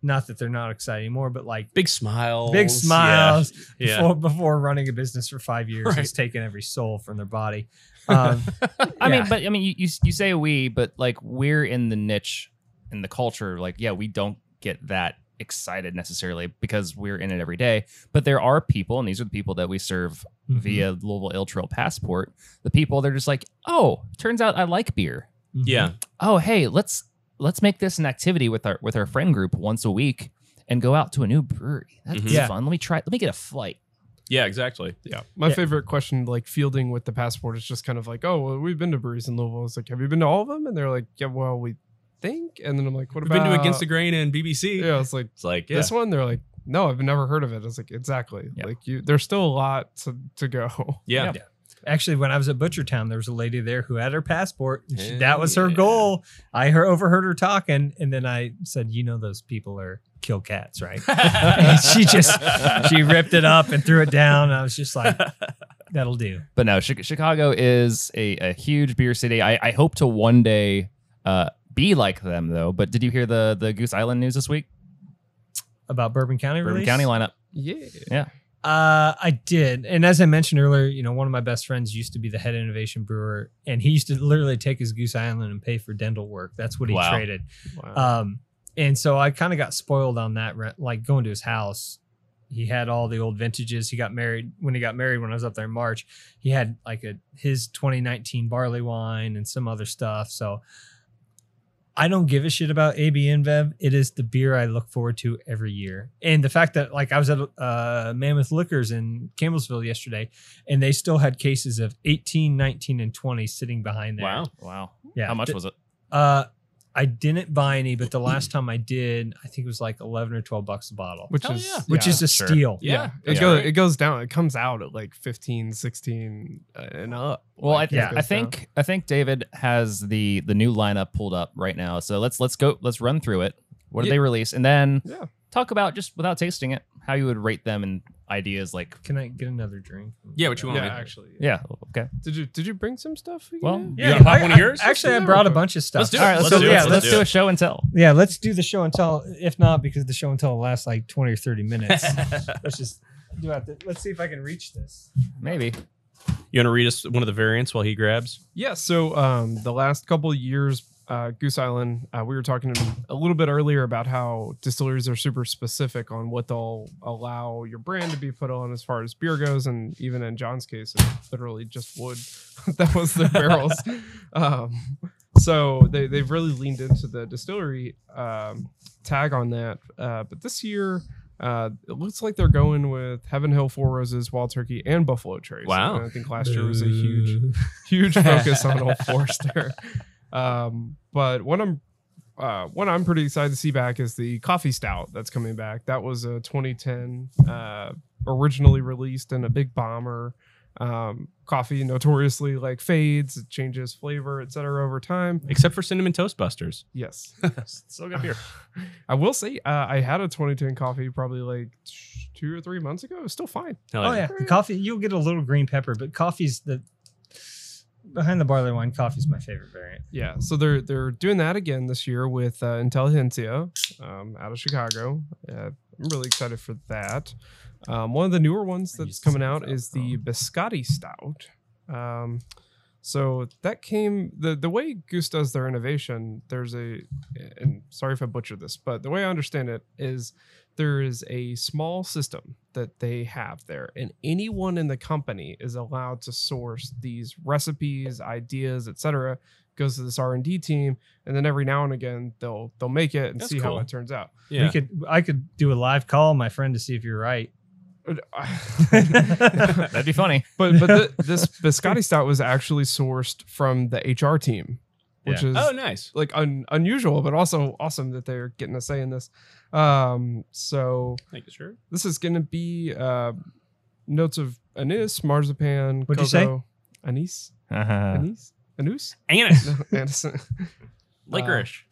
Not that they're not excited anymore, but like Big smiles. Big smiles. Yeah. before, before running a business for five years has taken every soul from their body. Um, I Yeah. mean, but I mean, you, you you say we, but like we're in the niche in the culture, like yeah, we don't get that excited necessarily because we're in it every day. But there are people, and these are the people that we serve Mm-hmm. via Louisville Ill Trail Passport. The people they're just like, oh, turns out I like beer. Mm-hmm. Yeah. Oh, hey, let's let's make this an activity with our with our friend group once a week and go out to a new brewery. That's Mhm. Mm-hmm. Yeah. fun. Let me try. Let me get a flight. Yeah, exactly. Yeah. My Yeah. favorite question, like fielding with the passport, is just kind of like, oh, well, we've been to breweries in Louisville. It's like, have you been to all of them? And they're like, yeah, well, we think. And then I'm like, what We've about been to Against the Grain and BBC. Yeah, it's like It's like, yeah. this one. They're like, no, I've never heard of it. It's like exactly. Yeah. Like you, there's still a lot to to go. yeah. Yeah. Actually, when I was at Butchertown, there was a lady there who had her passport. and she- Hell that was her yeah. goal. I heard, overheard her talking, and then I said, "You know, those people are kill cats, right?" and she just she ripped it up and threw it down. And I was just like, "That'll do." But no, Chi- Chicago is a, a huge beer city. I, I hope to one day uh, be like them though. But did you hear the the Goose Island news this week? About Bourbon County, Bourbon release? County lineup. Yeah. Uh, I did, and as I mentioned earlier, you know, one of my best friends used to be the head innovation brewer, and he used to literally take his Goose Island and pay for dental work. That's what he Wow. traded. Wow. Uh-huh. Um, and so I kind of got spoiled on that. re- Like going to his house, he had all the old vintages. He got married when he got married when I was up there in March. He had like a his 2019 barley wine and some other stuff. So I don't give a shit about AB InBev. It is the beer I look forward to every year. And the fact that like I was at uh, Mammoth Liquors in Campbellsville yesterday, and they still had cases of 18, 19, and 20 sitting behind there. Wow. Yeah. How much Th- was it? uh, I didn't buy any, but the last time I did, I think it was like eleven or twelve bucks a bottle, which hell is yeah. which yeah. is a sure. steal. yeah, Yeah, it yeah. goes it goes down. It comes out at like 15, 16 uh, and up. Well, I, Like, it yeah, I goes down. think I think David has the the new lineup pulled up right now. So let's let's go let's run through it. What did Yeah. they release? And then Yeah. talk about just without tasting it, how you would rate them and ideas like Can I get another drink? Yeah, what you want? Yeah, me- actually. Yeah. yeah, okay. Did you did you bring some stuff? we can Well, do? You wanna pop one of yours? actually, I Let's do brought a that. bunch of stuff. Let's do it. All right, let's, Let's do, do it. yeah, let's, Let's do, do a show and tell. Yeah, let's do the show and tell. If not, because the show and tell lasts like twenty or thirty minutes. let's just do it. Let's see if I can reach this. Maybe. You want to read us one of the variants while he grabs? Yeah. So um, the last couple of years, uh, Goose Island, uh, we were talking a little bit earlier about how distilleries are super specific on what they'll allow your brand to be put on as far as beer goes, and even in John's case, it's literally just wood. that was their barrels. um, so they they've really leaned into the distillery um, tag on that. Uh, but this year. Uh, it looks like they're going with Heaven Hill, Four Roses, Wild Turkey, and Buffalo Trace. Wow. And I think last year was a huge, huge focus on Old Forester. Um, but what I'm uh, what I'm pretty excited to see back is the coffee stout that's coming back. That was a 2010 uh, originally released in a big bomber. Um, coffee notoriously like fades, it changes flavor, etc. over time. Except for Cinnamon Toast Busters. Yes, Still got beer. I will say uh, I had a 2010 coffee probably like two or three months ago. It was still fine. Hell Oh yeah, the coffee. You'll get a little green pepper, but coffee's the behind the barley wine. Coffee's my favorite variant. Yeah, so they're they're doing that again this year with uh, Intelligentsia um, out of Chicago. Uh, I'm really excited for that. Um, one of the newer ones I that's used to coming sell out that, is the Biscotti Stout. Um, so that came the the way Goose does their innovation. There's a, and sorry if I butchered this, but the way I understand it is there is a small system that they have there, and anyone in the company is allowed to source these recipes, ideas, etc. Goes to this R and D team, and then every now and again they'll they'll make it and That's see cool. how it turns out. We could. I could do a live call, my friend, to see if you're right. Hmm, That'd be funny. but but th- this biscotti stout was actually sourced from the HR team, which is Oh, nice. like un- unusual, but also awesome that they're getting a say in this. Um, so Thank you, sure. this is going to be uh, notes of anise, marzipan, What'd you say? Uh. cocoa- Anise, Uh-huh. anise, anise, Anise. no, anise. Licorice.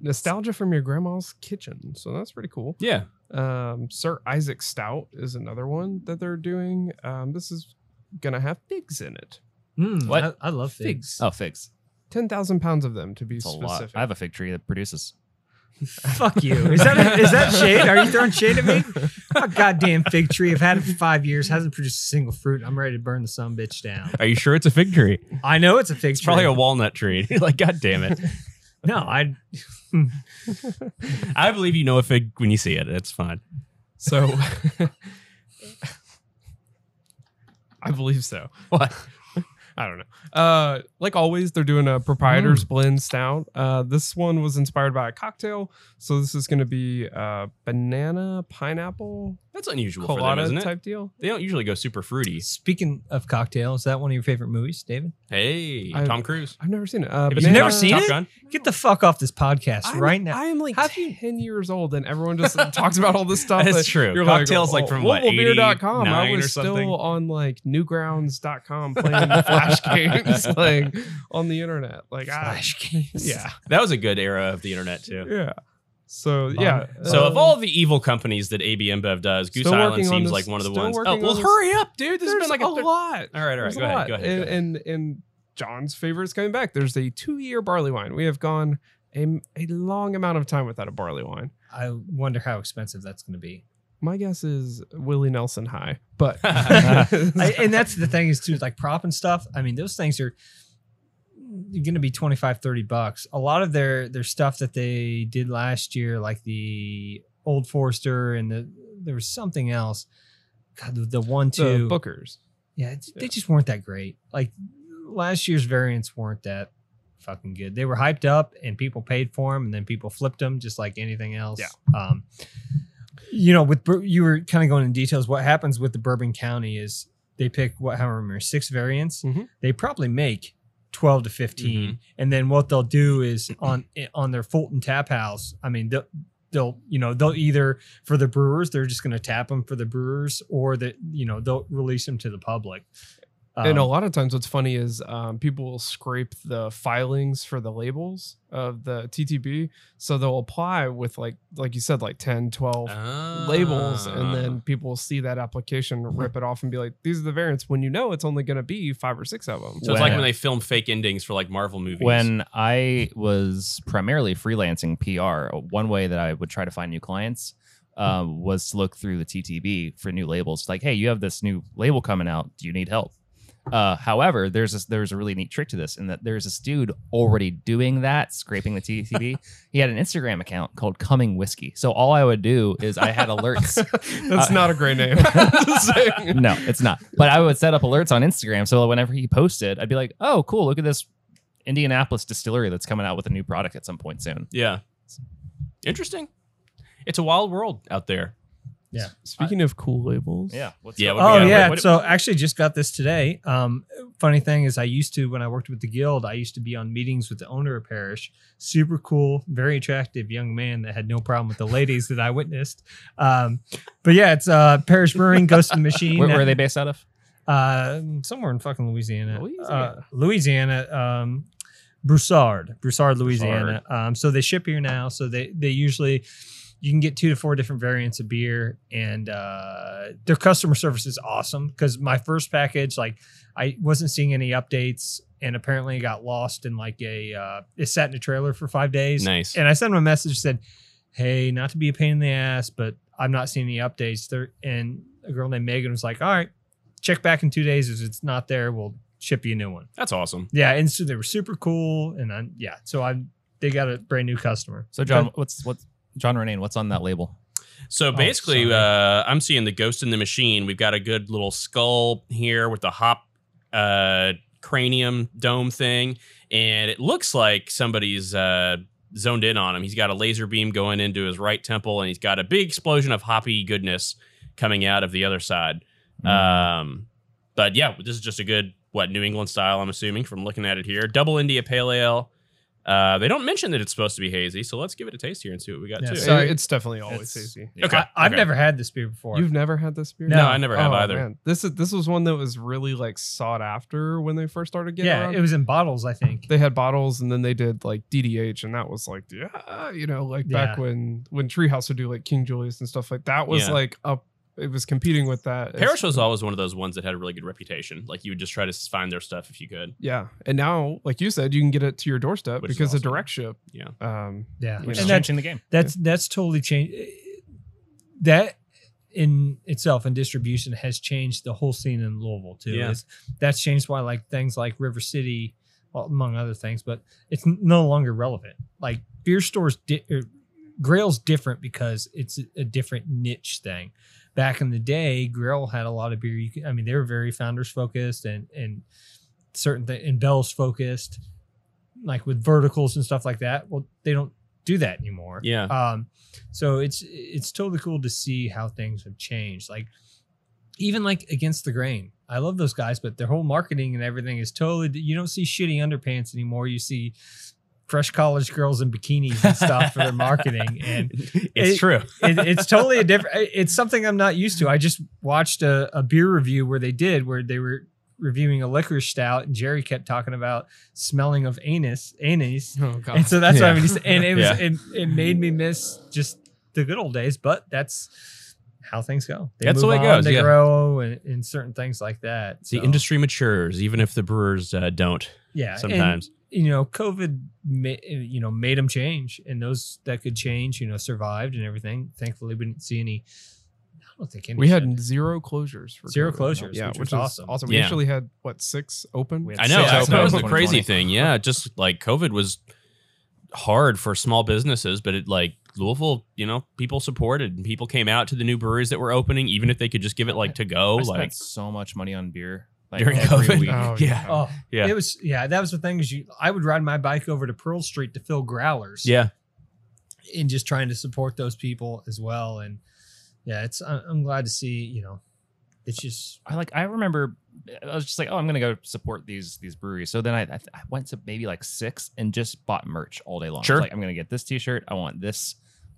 Nostalgia from your grandma's kitchen, so that's pretty cool. yeah. Um, Sir Isaac Stout is another one that they're doing. Um, this is gonna have figs in it. Mm, What? I, I love figs. oh, figs. Ten thousand pounds of them to be It's a lot. specific. I have a fig tree that produces. Fuck you. Is that is that shade? Are you throwing shade at me? My goddamn fig tree. I've had it for five years. Hasn't produced a single fruit. I'm ready to burn the sun bitch down. Are you sure it's a fig tree? I know it's a fig It's tree. probably a walnut tree. like, God damn it. No, I. I believe you know a fig when you see it. It's fine. So I believe so. What? I don't know. Uh, like always, they're doing a proprietor's blend stout. Uh, this one was inspired by a cocktail, so this is going to be uh, banana pineapple That's unusual for them, colada isn't it? type deal. They don't usually go super fruity. Speaking of cocktails, is that one of your favorite movies, David? Hey, I- Tom Cruise. I've never seen it. Uh, Have you've never Top- seen Top it? Gun? Get the fuck off this podcast I'm- right now. I am like Have ten years old, and everyone just talks about all this stuff. That's that true. You're oh, Cocktails, like, from, what, globalbeer.com. I 89 or was something? still on like newgrounds.com playing flash games like on the internet. Like ah, I, Flash games. yeah, That was a good era of the internet too. yeah. So yeah. So uh, of all the evil companies that AB InBev does, Goose still Island working on seems this- like one of the still ones. working Oh, on well, this. hurry up, dude. This there's has been like a, a, thir- lot. All right, all right. There's Go a ahead, lot. go ahead. go And, ahead. and and John's favorite's coming back. There's a two year barley wine. We have gone a, a long amount of time without a barley wine. I wonder how expensive that's going to be. My guess is Willie Nelson high, but I, and that's the thing is too, like prop and stuff. I mean, those things are going to be 25, 30 bucks. A lot of their, their stuff that they did last year, like the old Forester and the, there was something else. God, the, the one, the two. Booker's. Yeah, it's- they Yeah. just weren't that great. Like last year's variants weren't that fucking good. They were hyped up and people paid for them, and then people flipped them just like anything else. Yeah. Um, you know, with bur- you were kind of going in details. What happens with the Bourbon County is they pick what, however, six variants. Mhm. They probably make. 12 to 15 Mm-hmm. and then what they'll do is on on their fulton tap house i mean they'll, they'll you know they'll either for the brewers they're just going to tap them for the brewers or that you know they'll release them to the public and a Um, lot of times, what's funny is um, people will scrape the filings for the labels of the TTB. So they'll apply with, like, like you said, like 10, 12 labels. Ah. And then people will see that application, rip it off, and be like, these are the variants. When you know it's only going to be five or six of them. so it's like When- when they film fake endings for like Marvel movies. When I was primarily freelancing PR, one way that I would try to find new clients um, was to look through the TTB for new labels. Like, hey, you have this new label coming out. Do you need help? Uh, however, there's this, there's a really neat trick to this in that there's this dude already doing that, scraping the TTB. he had an Instagram account called Coming Whiskey. So all I would do is I had alerts That's Uh, not a great name. Just saying. no, it's not. But I would set up alerts on Instagram so whenever he posted, I'd be like, "Oh, cool! Look at this Indianapolis distillery that's coming out with a new product at some point soon." yeah, interesting. It's a wild world out there. Speaking of cool labels, Yeah. What's Yeah, up? what do we oh got? yeah What- so actually just got this today um funny thing is i used to when i worked with the guild i used to be on meetings with the owner of parish super cool very attractive young man that had no problem with the ladies that i witnessed um but yeah it's uh parish brewing ghost in the machine Where, where are they based out of? uh, somewhere in fucking Louisiana. Louisiana. Uh, Louisiana. Um, Broussard, Broussard, Louisiana. Um, so they ship here now. So they they usually you can get two to four different variants of beer, and uh, their customer service is awesome. Because my first package, like I wasn't seeing any updates, and apparently it got lost in like a uh, it sat in a trailer for five days. Nice. And I sent him a message said, "Hey, not to be a pain in the ass, but I'm not seeing any updates." There, and a girl named Megan was like, "All right, check back in two days. If it's not there, we'll ship you a new one." That's awesome. Yeah, and so they were super cool, and I yeah, so I they got a brand new customer. So John, what's what's John Renane? What's on that label? Oh, So basically, sorry. uh, I'm seeing the ghost in the machine. We've got a good little skull here with the hop uh, cranium dome thing, and it looks like somebody's uh, zoned in on him. He's got a laser beam going into his right temple, and he's got a big explosion of hoppy goodness coming out of the other side. Um, but yeah, this is just a good what New England style. I'm assuming from looking at it here, double India Pale Ale. Uh, they don't mention that it's supposed to be hazy, so let's give it a taste here and see what we got Yeah, too. so- Sorry. it's definitely always It's- easy. okay, I, I've okay. never had this beer before. You've never had this beer? No. No, I never have Oh, either. man. This is this was one that was really like sought after when they first started getting. yeah, around. it was in bottles, I think. they had bottles, and then they did like DDH, and that was like yeah, you know, like back Yeah. when when Treehouse would do like King Julius and stuff like that was Yeah. like up. It was competing with that. Parish was always one of those ones that had a really good reputation. Like you would just try to s- find their stuff if you could. yeah, and now like you said, you can get it to your doorstep Which is because of awesome. direct ship. Yeah. Um, Yeah, Which and is that's- changing the game. That's that's totally changed. That in itself and distribution has changed the whole scene in Louisville too. Yeah. It's- that's changed why like things like River City well, among other things, but it's n- no longer relevant. Like beer stores, di- er, Grail's different because it's a- a different niche thing. Back in the day, Grail had a lot of beer. You could, I mean, they were very founders focused and and certain thing and Bell's focused, like with verticals and stuff like that. Well, they don't do that anymore. Yeah. Um, so it's it's totally cool to see how things have changed. Like even like against the grain. I love those guys, but their whole marketing and everything is totally. You don't see shitty underpants anymore. You see fresh college girls in bikinis and stuff for their marketing, and it's it- true. it, it's totally a different. it- It's something I'm not used to. I just watched a, a beer review where they did where they were reviewing a licorice stout, and Jerry kept talking about smelling of anus, anus, Oh god. and so that's what I'm used to. And it was Yeah. it, it made me miss just the good old days, but that's how things go. They That's the move way it on, goes, They yeah. grow and, and certain things like that. The so, industry matures, even if the brewers uh, don't yeah, and, sometimes. you know, COVID, ma- you know, made them change, and those that could change, you know, survived and everything. Thankfully, we didn't see any. I don't think any. we shut had zero closures. For Zero COVID. closures, Yeah, which which, was is awesome. awesome. We Yeah. actually had what six open. We had I know. six That's, open that was in the crazy 2020. thing. Yeah. Just like COVID was hard for small businesses, but it like Louisville, you know, people supported and people came out to the new breweries that were opening, even if they could just give it like to go. I spent Like, so much money on beer like, During every COVID? week. Oh, yeah. Oh, Yeah. It was yeah. That was the thing is you. I would ride my bike over to Pearl Street to fill growlers. Yeah. and just trying to support those people as well. And yeah, it's I- I'm glad to see you know, it's just I like I remember I was just like, oh, I'm gonna go support these these breweries. So then I I, I went to maybe like six and just bought merch all day long. It's Sure. like I'm gonna get this T-shirt. I want this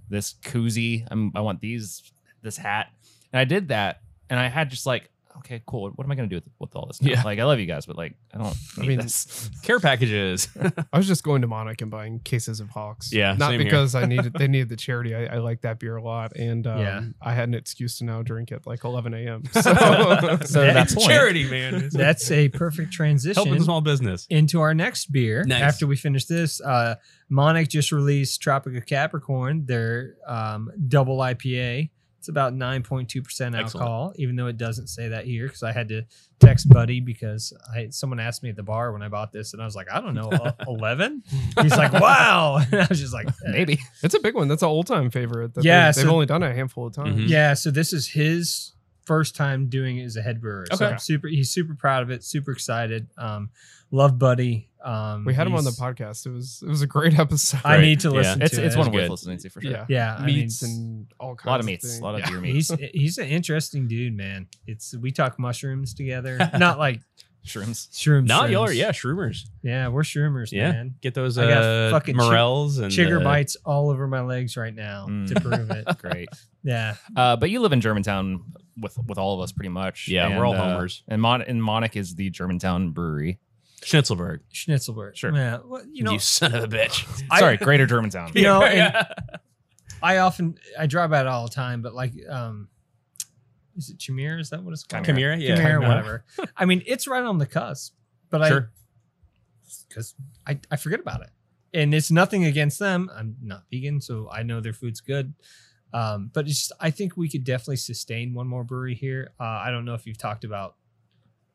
this koozie. I'm, I want these this hat. And I did that, and I had just like, okay, cool. What am I gonna do with, with all this? Now? Yeah. Like I love you guys, but like I don't. I need mean, this. care packages. I was just going to Monarch and buying cases of Hawks. Yeah, not same here. because I needed they needed the charity. I, I like that beer a lot, and um, Yeah. I had an excuse to now drink at like 11 a.m. So so to that It's point, Charity, man. that's a perfect Helping transition small business. into our next beer. Nice. After we finish this, uh, Monic just released Tropic of Capricorn, their um, double IPA. It's about 9.2% alcohol, even though it doesn't say that here because I had to text Buddy because I someone asked me at the bar when I bought this and I was like, I don't know, 11? He's like, wow. And I was just like, eh. maybe it's a big one. That's an old time favorite. That Yeah, they, have so- only done it a handful of times. Mhm. Yeah, so this is his first time doing it as a head brewer. So Okay. I'm super he's super proud of it, super excited. Um love Buddy. Um We had him on the he's- podcast. It was it was a great episode. I Right. need to Yeah. listen it's to it's it. one That's worth good. listening to for sure. Yeah, Yeah, I mean, meats and all kinds. A lot of things. meats, a lot of Yeah. beer meat, He's he's an interesting dude, man. It's we talk mushrooms together. Not like shrooms. shrooms. No, shrooms. y'all are, yeah, shroomers. Yeah, we're shroomers, Yeah. man. Get those I got uh, fucking chig- morels and Chigger uh, bites all over my legs right now Mm. to prove it. Great. Yeah. Uh, but you live in Germantown with with all of us pretty much. Yeah, we're all homers. Uh, and Mon and Monic is the Germantown brewery. Schnitzelberg. Schnitzelberg. Sure. Yeah. Well, you You, know, son of a bitch. I- Sorry, Greater Germantown. You know, and- I often I drive by it all the time, but like um is it Chimera? Is that what it's called? Chimera, yeah. Chimera, Chimera. whatever. I mean, it's right on the cusp, but Sure. I because I, I forget about it. And it's nothing against them. I'm not vegan, so I know their food's good. Um, but it's just I think we could definitely sustain one more brewery here. Uh, I don't know if you've talked about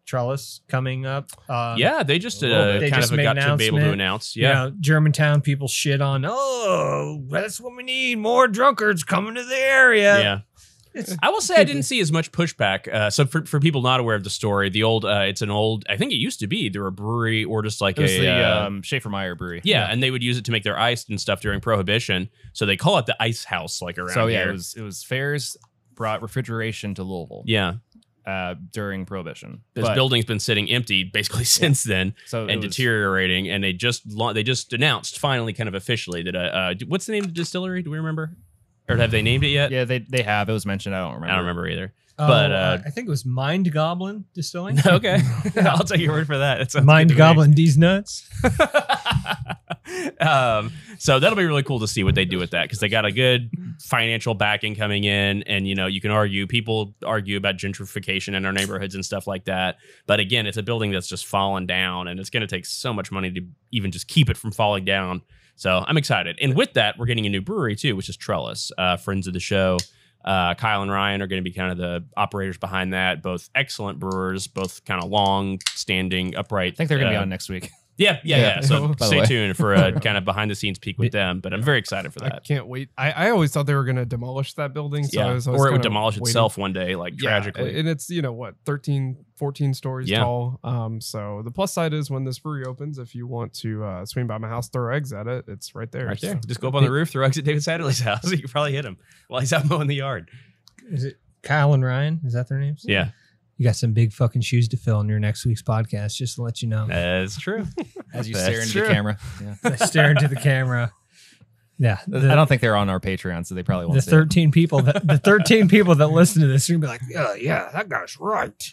Trellis coming up. Um, yeah, they just uh, Well, they kind just of made got an to be able to announcement. announce. you Yeah. know, Germantown people shit on. Oh, that's what we need. More drunkards coming to the area. Yeah. It's- I will say I didn't see as much pushback. Uh, so for, for people not aware of the story, the old uh, it's an old I think it used to be there were a brewery or just like It was a the uh, um, Schaefer Meyer brewery. yeah, and they would use it to make their ice and stuff during Prohibition. So they call it the Ice House, like around So yeah, here. it was it was fairs brought refrigeration to Louisville. yeah, Uh, during Prohibition. this But- building's been sitting empty basically since then so it and was- deteriorating. And they just lau- they just announced finally, kind of officially, that uh, uh, d- what's the name of the distillery? Do we remember, or have they named it yet? Yeah, they they have. It was mentioned. I don't I remember. don't remember either. Oh, But, uh, I think it was Mind Goblin Distilling. okay, I'll take your word for that. That sounds Mind good to me. Goblin these nuts. um, so that'll be really cool to see what they do with that because they got a good financial backing coming in, and you know you can argue people argue about gentrification in our neighborhoods and stuff like that. But again, it's a building that's just fallen down, and it's going to take so much money to even just keep it from falling down. So I'm excited, and with that, we're getting a new brewery too, which is Trellis, uh, friends of the show. Uh, Kyle and Ryan are going to be kind of the operators behind that. Both excellent brewers, both kind of long standing, upright. I think they're gonna uh, be on next week. Yeah, yeah, yeah. Yeah. So By the stay way. tuned for a kind of behind the scenes peek with them. But I'm very excited for I that. can't wait. I, I always thought they were going to demolish that building. So I Yeah, was, I was or it would kinda demolish waiting. itself one day, like Yeah, tragically. And it's, you know, what, 13, 14 stories Yeah. tall. Um, so the plus side is when this brewery opens, if you want to uh, swing by my house, throw eggs at it, it's right there. Right there. So- Just go up on the roof, throw eggs at David Satterley's house. You can probably hit him while he's out mowing the yard. Is it Kyle and Ryan? Is that their names? Yeah, You got some big fucking shoes to fill in your next week's podcast, just to let you know. that's true. as you That's stare into true. the camera. Yeah. Stare into the camera. Yeah. I The, don't think they're on our Patreon, so they probably won't. the see it. 13 people that the 13 people that listen to this are gonna be like, yeah, yeah, that guy's right.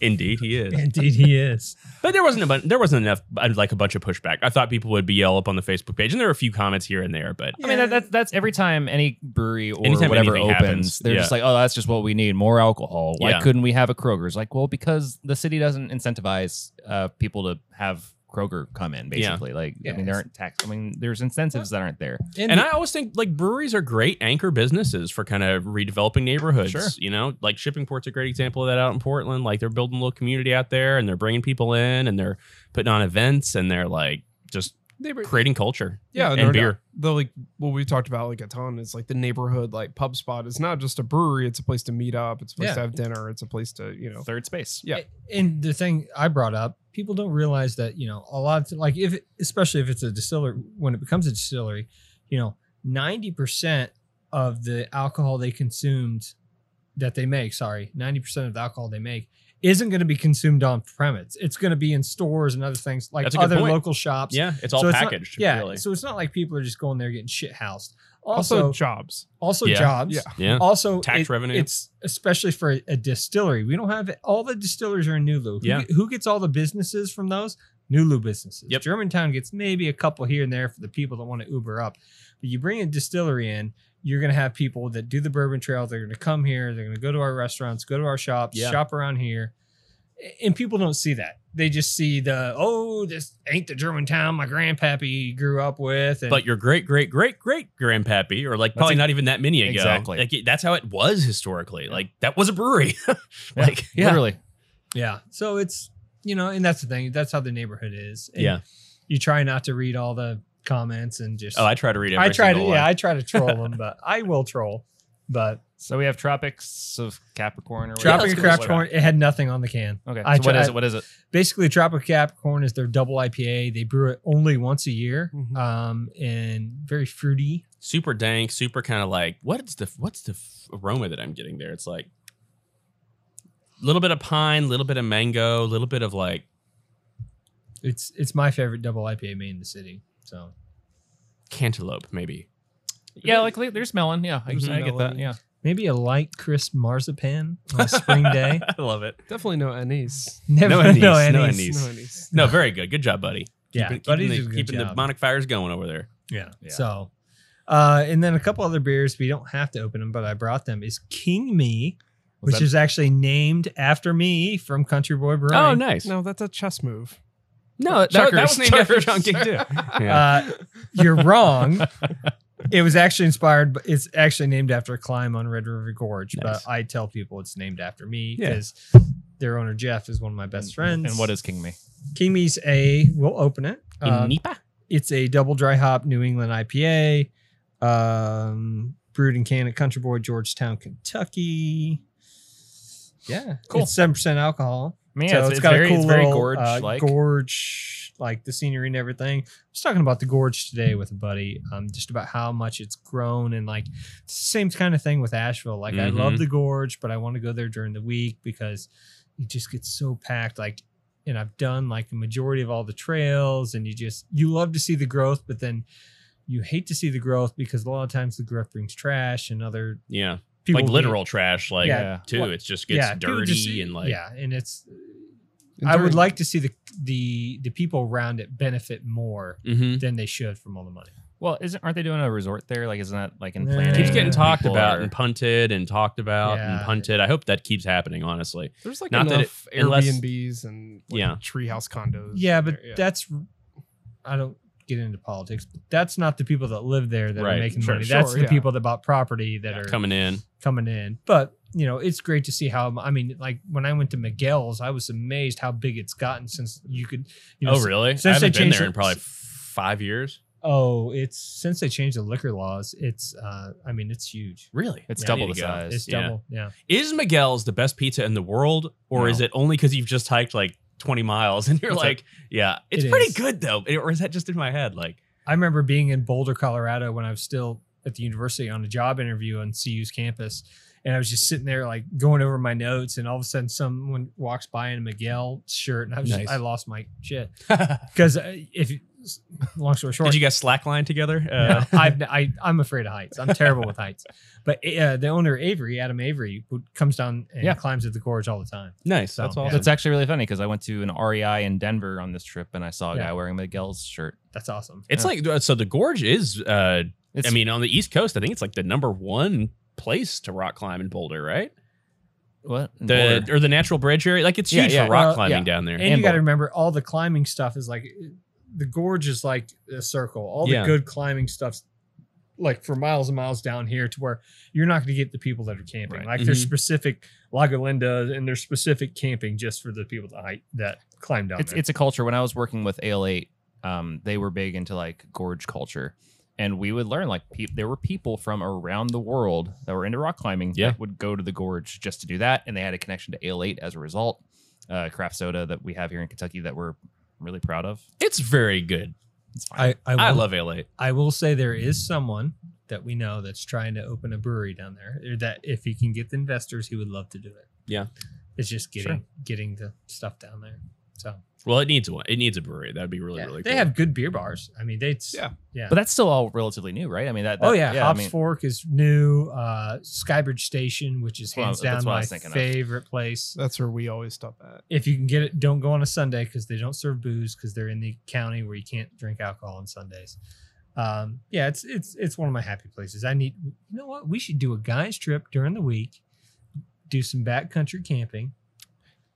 Indeed, he is. Indeed he is. But there wasn't a bun- there wasn't enough I'd like a bunch of pushback. I thought people would be all up on the Facebook page, and there were a few comments here and there. But I mean, that, that's that's every time any brewery or Anytime whatever anything opens, happens, they're yeah. just like, "Oh, that's just what we need: more alcohol." Why Yeah. couldn't we have a Kroger's? Like, well, because the city doesn't incentivize uh, people to have Kroger come in. Yeah. Basically, like, Yeah, I mean, there aren't tax. I mean, there's incentives that aren't there. and I always think like breweries are great anchor businesses for kind of redeveloping neighborhoods. Sure. You know, like Shippingport's a great example of that out in Portland. Like they're building a little community out there, and they're bringing people in, and they're putting on events, and they're like just Neighbor- creating culture. Yeah, and no doubt. beer. The like what we talked about like a ton is like the neighborhood like pub spot. It's not just a brewery. It's a place to meet up. It's a place Yeah. to have dinner. It's a place to you know. Third space. Yeah. And the thing I brought up, people don't realize that, you know, a lot of like if it, especially if it's a distillery when it becomes a distillery, you know, 90% of the alcohol they consumed that they make, sorry, 90% of the alcohol they make isn't going to be consumed on premise. It's going to be in stores and other things like That's a good other point. local shops. Yeah, it's all So it's not- packaged. yeah. really. So it's not like people are just going there getting shit housed. Also, Also, jobs. also, Yeah. jobs Yeah. yeah. also Tax it- revenue. It's especially for a, a distillery. We don't have all the distilleries are in Nulu. Who, Yeah. who gets all the businesses from those? Nulu businesses. Yep. Germantown gets maybe a couple here and there for the people that want to Uber up. But you bring a distillery in, you're going to have people that do the bourbon trail. They're going to come here. They're going to go to our restaurants, go to our shops, Yeah. shop around here. A- And people don't see that. They just see the, oh, this ain't the Germantown my grandpappy grew up with. And but your great great great great grandpappy, or like probably ex- not even that many ago. Exactly. Like that's how it was historically. Like that was a brewery. like Literally. Yeah. So it's you know, and that's the thing. That's how the neighborhood is. And Yeah. You try not to read all the comments and just. Oh, I try to read. Every I try to. single Yeah, one. I try to troll them, but I will troll. But So we have Tropics of Capricorn or Tropic let's of go whatever. with Capricorn, it had nothing on the can. Okay. I so what try- is it? What is it? Basically, Tropic of Capricorn is their double IPA. They brew it only once a year, Mm-hmm. Mhm. um, and very fruity. super dank, super kind of like what's the what's the f- aroma that I'm getting there? It's like a little bit of pine, little bit of mango, a little bit of like It's it's my favorite double IPA made in the city. So cantaloupe, maybe. Yeah, like there's melon. Yeah, I, There's I get melon. that. Yeah. maybe a light crisp marzipan on a spring day. I love it. Definitely no anise. Never No anise, no no anise. anise. No anise. No, very good. Good job, buddy. Yeah, keeping, but keeping, he did a the, good keeping the job. monic fires going over there. Yeah. Yeah. So, uh, and then a couple other beers we don't have to open them, but I brought them is King Me, Was which that- is actually named after me from Country Boy Brewing. Oh, nice. No, that's a chess move. No, that, that was named after John King too. Yeah. Uh, you're wrong. It was actually inspired, but it's actually named after a climb on Red River Gorge. Nice. But I tell people it's named after me Yeah. because their owner Jeff is one of my best friends. And what is King Me? King Me's a? We'll open it. Uh, Nipa. it's a double dry hop New England IPA, um, brewed in can at Country Boy, Georgetown, Kentucky. Yeah, Cool. It's seven percent alcohol. Man, so it's got a cool little, gorge uh, like. gorge, like the scenery and everything. I was talking about the gorge today with a buddy, um, just about how much it's grown and like it's the same kind of thing with Asheville. Like I love Mhm. the gorge, but I want to go there during the week because it just gets so packed. Like, and I've done like the majority of all the trails, and you just you love to see the growth, but then you hate to see the growth because a lot of times the growth brings trash and other Yeah. people like being- literal trash, like Yeah. too. What- It just gets people dirty just- and like yeah, and it's And I would during- like to see the the the people around it benefit more Mhm. than they should from all the money. Well, isn't aren't they doing a resort there? Like, isn't that like in Nah. planning? keeps getting Yeah. talked People about are- and punted and talked about and Yeah. punted. I hope that keeps happening. Honestly, There's like Not that enough it- unless- Airbnbs and like Yeah. treehouse condos. Yeah, in but there, yeah. that's I don't get into politics. That's not the people that live there that Right. are making Sure, money. sure, That's the yeah. people that bought property that Yeah, are coming in. coming in. But you know, it's great to see how. I mean, like when I went to Miguel's, I was amazed how big it's gotten since you could. You know, oh, really? since I they haven't been changed there in it- probably f- five years. Oh, it's since they changed the liquor laws. It's. uh I mean, it's huge. Really? It's Yeah, double there the you go. size. It's yeah. double. Yeah. Is Miguel's the best pizza in the world, No. or is it only because you've just hiked like 20 miles and you're It's a- like, yeah, it's It pretty is. good though? Or is that just in my head? Like, I remember being in Boulder, Colorado when I was still at the university on a job interview on CU's campus. And I was just sitting there like going over my notes and all of a sudden someone walks by in a Miguel shirt and I was Nice. just, I lost my shit. Cause uh, if you- long story short, did you guys slackline together? uh, Uh, I've, I, I'm afraid of heights. I'm terrible with heights. But uh, the owner, Avery, Adam Avery, who comes down and Yeah. climbs at the gorge all the time. nice. So, That's yeah. awesome. It's actually really funny because I went to an REI in Denver on this trip and I saw a Yeah. guy wearing Miguel's shirt. That's awesome. It's like uh, so the gorge is uh It's, I mean on the east coast I think it's like the number 1 place to rock climb in Boulder, right? what In The Boulder. or the natural bridge area like it's Yeah, huge yeah. for rock Well, climbing yeah. down there. And you got Handball. to remember, all the climbing stuff is like the gorge is like a circle. All the Yeah. good climbing stuff's like for miles and miles down here to where you're not going to get the people that are camping. Right. Like there's Mhm. specific Lago Linda and there's specific camping just for the people that hike, that climb down it's there. it's a culture. When I was working with AL8, um, they were big into like gorge culture, and we would learn like peop there were people from around the world that were into rock climbing. Yeah. that would go to the gorge just to do that, and they had a connection to AL8 as a result. Uh, craft soda that we have here in Kentucky that we're really proud of. It's very good. It's fine. I, I, I will, love LA. I will say there is someone that we know that's trying to open a brewery down there. or That if he can get the investors, he would love to do it. Yeah. It's just Sure. getting getting the stuff down there. So Well, it needs one. It needs a brewery. That'd be really Yeah, really they cool. have good beer bars. I mean, they Yeah. yeah. but that's still all relatively new, right? I mean, that, oh that- yeah, I Hops mean, Fork is new. Uh, Skybridge Station, which is Well, hands that's down what I my was thinking of. favorite place. That's where we always stop at. If you can get it, don't go on a Sunday because they don't serve booze because they're in the county where you can't drink alcohol on Sundays. Um, yeah, it's it's it's one of my happy places. I need you know what? We should do a guys trip during the week, do some backcountry camping.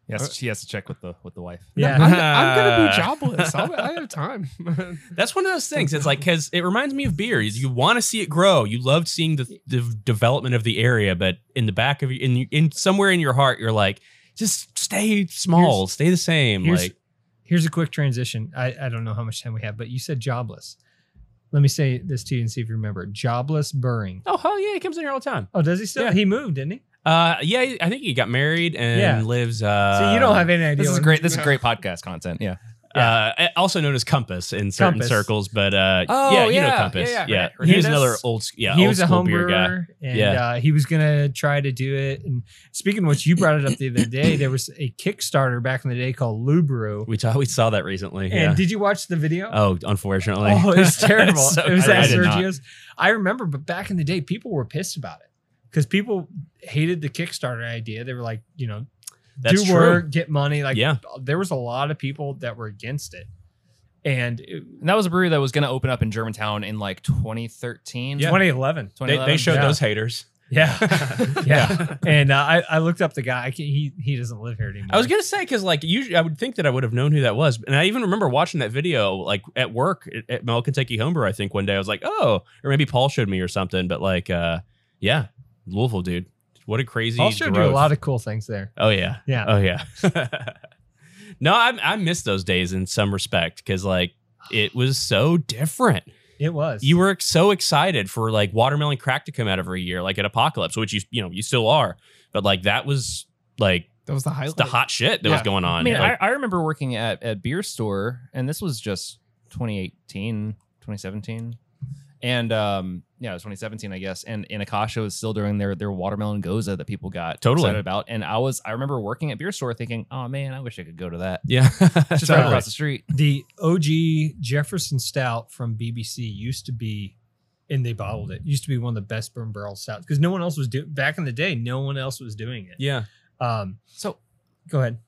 yes, she has to check with the with the wife. Yeah, I'm, I'm gonna be jobless. I'll, I have time. That's one of those things. It's like because it reminds me of beer. is You want to see it grow. You loved seeing the, the development of the area, but in the back of you, in in somewhere in your heart, you're like, just stay small, Here's- stay the same. here's- Like here's a quick transition. I, I don't know how much time we have, but you said jobless. Let me say this to you and see if you remember. Jobless Burring. Oh hell yeah, he comes in here all the time. Oh, does he still? Yeah. He moved, didn't he? Uh, yeah, I think he got married and Yeah. lives. Uh, so you don't have any idea. This is what- great. This is great podcast content. Yeah, Uh, also known as Compass in certain Compass. circles, but uh, Oh, yeah, you know yeah, Compass. yeah, Yeah, yeah. he was Hernandez? another old. s- Yeah, he old was a school home beer guy. brewer, and Yeah. uh, he was gonna try to do it. And speaking of which, you brought it up the other day. There was a Kickstarter back in the day called Lubrew. We saw we saw that recently. yeah. And did you watch the video? oh, unfortunately, Oh, it was terrible. It's so it was bad. at I did not. Sergio's. I remember, but back in the day, people were pissed about it because people hated the Kickstarter idea. They were like, you know, That's do true. work, get money. Like, Yeah. there was a lot of people that were against it. And it- and that was a brewery that was going to open up in Germantown in like 2013. 2011. They, they 2011? showed yeah. those haters. Yeah. yeah. And uh, I, I looked up the guy. I can't, he, he doesn't live here anymore. I was gonna say because like usually I would think that I would have known who that was, and I even remember watching that video like at work at, at Mel Kentucky Homebrew. I think one day I was like, oh, or maybe Paul showed me or something. But like, uh, yeah, Louisville, dude, what a crazy. I'll show you a growth. lot of cool things there. Oh yeah, Yeah. oh yeah. no, I I miss those days in some respect because like it was so different. It was. You were so excited for like watermelon crack to come out every year, like at Apocalypse, which you you know you still are, but like that was like That was the highlight. the hot shit that was Yeah. going on. I mean, Like, I, I remember working at at beer store, and this was just 2018, 2017, and um, yeah, it was 2017, I guess. And and Akasha was still doing their their watermelon goza that people got Totally. excited about, and I was I remember working at beer store thinking, oh man, I wish I could go to that. Yeah. It's just right Totally. across the street. the OG Jefferson Stout from BBC used to be, and they bottled it. Used to be one of the best bourbon barrel stouts because no one else was doing. Back in the day, no one else was doing it. Yeah. Um. So Go ahead.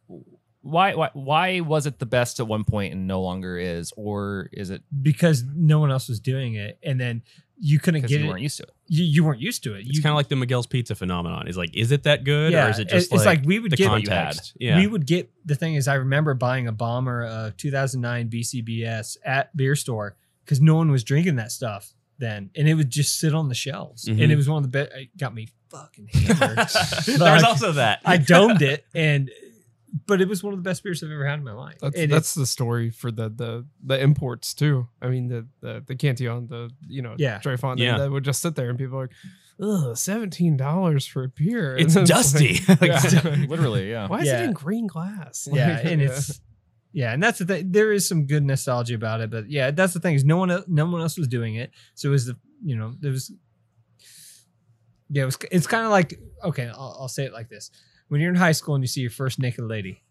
why why why was it the best at one point and no longer is, or is it Because no one else was doing it, and then you couldn't because get you it. weren't used to it? you, you weren't used to it. It's you kind of like the Miguel's Pizza phenomenon. Is like, is it that good, or is it just it's like, we would the get context? Yeah. We would uh, get the thing is I remember buying a bomber of 2009 BCBS at beer store because no one was drinking that stuff then, and it would just sit on the shelves. And it Mhm. was one of the best. It got me fucking hammered. There's Like, also that. I domed it, and but it was one of the best beers I've ever had in my life. That's And that's the story for the the the imports too. I mean the the the Cantillon, the you know Yeah. Dre Fond, Yeah. that would just sit there and people are like, ugh, seventeen dollars for a beer. It's And dusty. like- Like, Yeah. Literally, yeah. Why is Yeah. it in green glass? yeah, Like, and yeah. it's yeah, and that's the thing. There is some good nostalgia about it, but yeah, that's the thing is no one el- no one else was doing it, so it was the you know there was yeah, it was it's kind of like okay, I'll, I'll say it like this: when you're in high school and you see your first naked lady,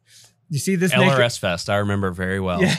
you see this naked- LRS Fest, I remember very well. yeah.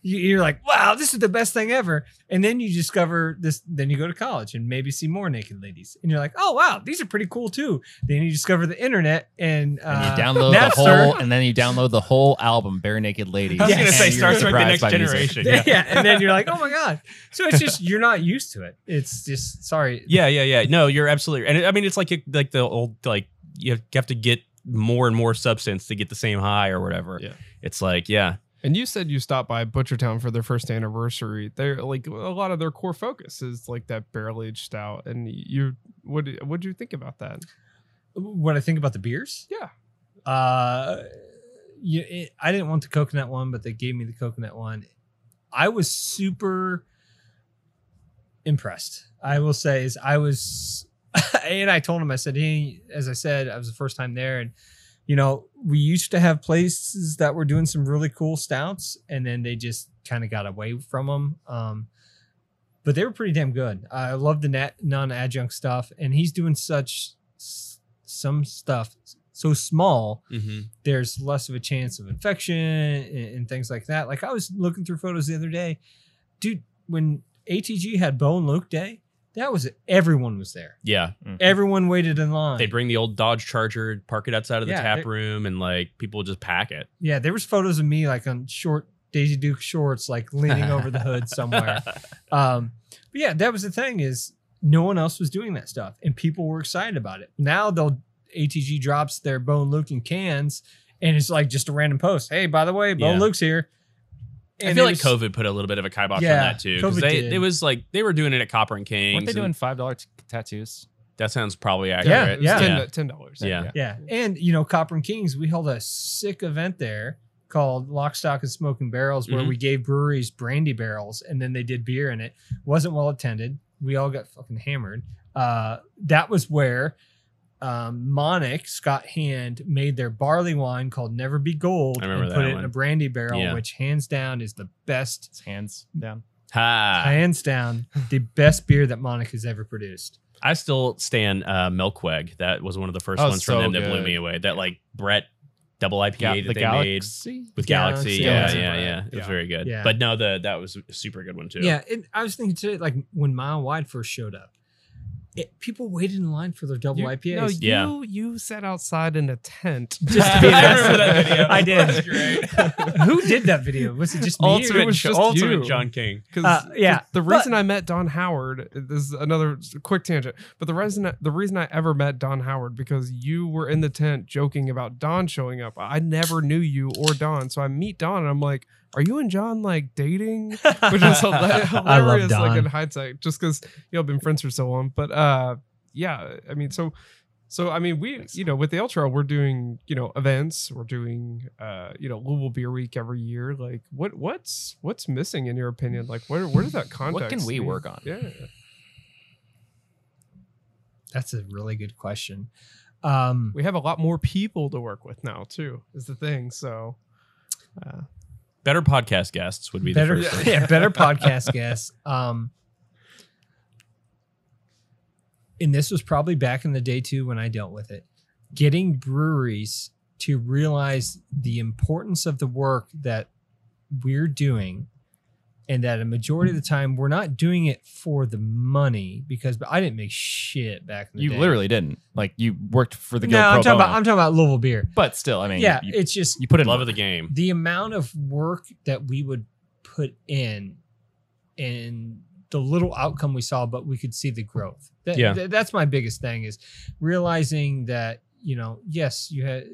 You- You're like, wow, this is the best thing ever. And then you discover this. Then you go to college and maybe see more naked ladies. And you're like, oh, wow, these are pretty cool too. Then you discover the internet and, uh, And you download Napster. the whole, and then you download the whole album, Bare Naked Ladies. I was gonna and say you're Star Trek: The surprised Next by music. Generation. Yeah. And then you're like, oh my God. So it's just, you're not used to it. It's just, sorry. Yeah, yeah, yeah. No, you're absolutely. And it- I mean, it's like it- like the old like you have you have to get more and more substance to get the same high or whatever. Yeah. It's like yeah, And you said you stopped by Butchertown for their first anniversary. They're like a lot of their core focus is like that barrel aged stout. And you what what'd you think about that? What I think about the beers. Yeah. Uh, you, it, I didn't want the coconut one, but they gave me the coconut one. I was super impressed. I will say is I was, and I told him I said, hey, as I said, I was the first time there, and you know we used to have places that were doing some really cool stouts, and then they just kind of got away from them. Um, but they were pretty damn good. I love the nat- non-adjunct stuff, and he's doing such s- some stuff so small Mm-hmm. there's less of a chance of infection and, and things like that. Like I was looking through photos the other day, dude. When ATG had Bo and Luke Day, that was everyone was there. yeah. Everyone waited in line. They bring the old Dodge Charger, park it outside of the Yeah, tap they're- room, and like people just pack it. yeah, there was photos of me like on short Daisy Duke shorts, like leaning over the hood somewhere. Um, but yeah, that was the thing is no one else was doing that stuff, and people were excited about it. Now they'll ATG drops their Bone Luke in cans, and it's like just a random post. Hey, by the way, Bone Yeah. Luke's here. I And feel it like was- COVID put a little bit of a kibosh Yeah, on that too, because COVID they did. it was like they were doing it at Copper and Kings. Weren't they and doing five dollar t- tattoos? That sounds probably Yeah, accurate. yeah. Ten ten dollars. Yeah. Yeah. And, you know, Copper and Kings, we held a sick event there called Lock, Stock, and Smoking Barrels, where Mhm. we gave breweries brandy barrels and then they did beer in it. Wasn't well attended. We all got fucking hammered. Uh, that was where um, Monic, Scott Hand, made their barley wine called Never Be Gold I remember and put that it in one. a brandy barrel, Yeah. which hands down is the best It's hands down. Ha! hands down the best beer that Monic has ever produced. I still stand uh, Milkweg. That was one of the first Oh, ones from so them that blew good. me away. That like Brett double IPA Ga- that the they made galaxy. with Galaxy, Galaxy. Yeah, Galaxy yeah, yeah, Brett. It was Yeah. very good. Yeah. But no, the that was a super good one too. Yeah, and I was thinking today, like when Mile Wide first showed up, it, people waited in line for their double You, IPAs. no, Yeah. you you sat outside in a tent. Just to be I an remember that video. I did. That was great. Who did that video? Was it just me? Ultimate It was John- just- ultimate Ultimate John John King. Because Uh, yeah, the, but- reason I met Don Howard this is another s- quick tangent. But the reason the reason I ever met Don Howard because you were in the tent joking about Don showing up. I never knew you or Don, so I meet Don and I'm like, "Are you and John like dating?" Which is hila- hilarious, I like love Don. in hindsight, just because you know been friends for so long. But uh, yeah, I mean, so so I mean, we you know with the ultra, we're doing you know events, we're doing uh you know Louisville Beer Week every year. Like, what what's what's missing in your opinion? Like, where where does that context? What can we be? work on? Yeah, That's a really good question. Um, we have a lot more people to work with now too. Is the thing so. Uh, Better podcast guests would be better, the first. yeah, better podcast guests. Um, and this was probably back in the day too when I dealt with it. Getting breweries to realize the importance of the work that we're doing, and that a majority of the time we're not doing it for the money because but I didn't make shit back in the You day. literally didn't. Like you worked for the no. Guild I'm Pro talking about Bono. I'm talking about Louisville beer. but still, I mean, yeah, you, it's just you put in Love of the game. the amount of work that we would put in and the little outcome we saw but we could see the growth That- Yeah. that- that's my biggest thing is realizing that you know yes you had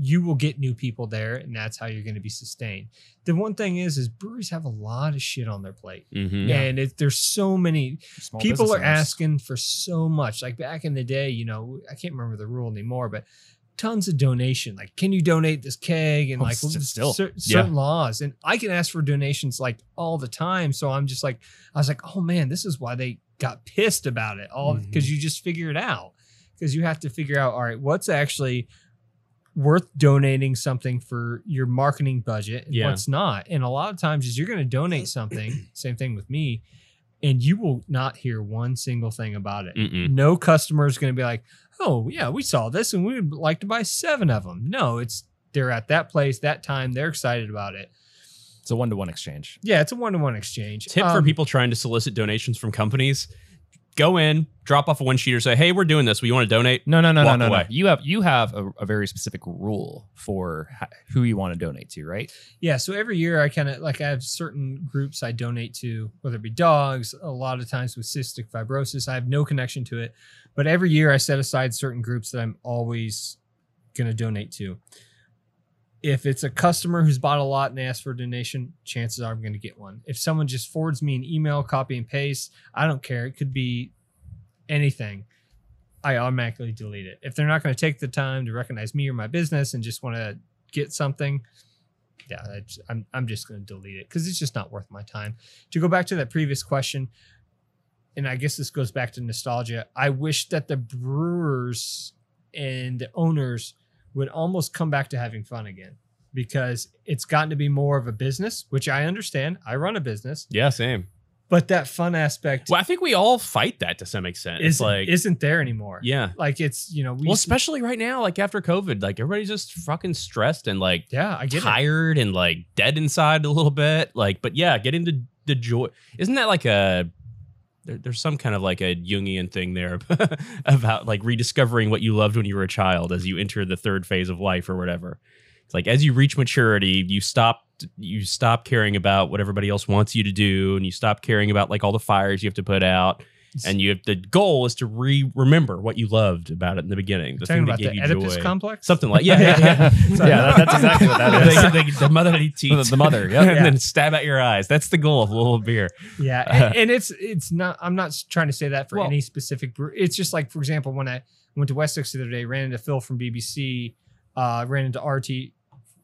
you will get new people there, and that's how you're going to be sustained. The one thing is, is breweries have a lot of shit on their plate, Mm-hmm. Yeah. and it, there's so many Small people business are owners. asking for so much. Like back in the day, you know, I can't remember the rule anymore, but tons of donation. Like, can you donate this keg? And Oh, like s- still. cer- certain laws. And I can ask for donations like all the time. So I'm just like, I was like, oh man, this is why they got pissed about it. All Mm-hmm. because you just figure it out. Because you have to figure out, all right, what's actually worth donating something for your marketing budget and Yeah. what's not. And a lot of times is you're going to donate something, same thing with me, and you will not hear one single thing about it. Mm-mm. No customer is going to be like, oh, yeah, we saw this and we would like to buy seven of them. No, it's they're at that place, that time, they're excited about it. It's a one to one exchange. Yeah, it's a one to one exchange. Tip for Um, people trying to solicit donations from companies: go in, drop off a one sheet, or say, "Hey, we're doing this. We want to donate." No, no, no, Walk no, no, away. no. You have you have a, a very specific rule for h- who you want to donate to, right? Yeah, so every year I kind of like I have certain groups I donate to, whether it be dogs, a lot of times with cystic fibrosis, I have no connection to it, but every year I set aside certain groups that I'm always going to donate to. If it's a customer who's bought a lot and asked for a donation, chances are I'm going to get one. If someone just forwards me an email, copy and paste, I don't care. It could be anything. I automatically delete it. If they're not going to take the time to recognize me or my business and just want to get something, yeah, I j- I'm I'm just going to delete it because it's just not worth my time. To go back to that previous question, and I guess this goes back to nostalgia. I wish that the brewers and the owners would almost come back to having fun again because it's gotten to be more of a business, which I understand. I run a business, Yeah, same. but that fun aspect Well, I think we all fight that to some extent. It's isn't, like, isn't there anymore. yeah. Like it's you know we Well, used to- especially right now, like after COVID, like everybody's just fucking stressed and like yeah I get it. tired and like dead inside a little bit. Like, but yeah, get into the joy. Isn't that like a there, there's some kind of like a Jungian thing there about like rediscovering what you loved when you were a child as you enter the third phase of life or whatever. It's like as you reach maturity, you stop you stop caring about what everybody else wants you to do, and you stop caring about like all the fires you have to put out. And you have the goal is to re remember what you loved about it in the beginning, the thing talking about that gave the you Oedipus joy, complex. something like yeah, yeah, yeah. yeah that, that's exactly what that is. They- they- the mother that he The, teats. the mother, and yep. then stab at your eyes. That's the goal of Little Beer. Yeah, and, and it's it's not. I'm not s- trying to say that for Well- any specific. Brew. It's just like, for example, when I went to Wessex the other day, ran into Phil from BBC, uh, ran into RT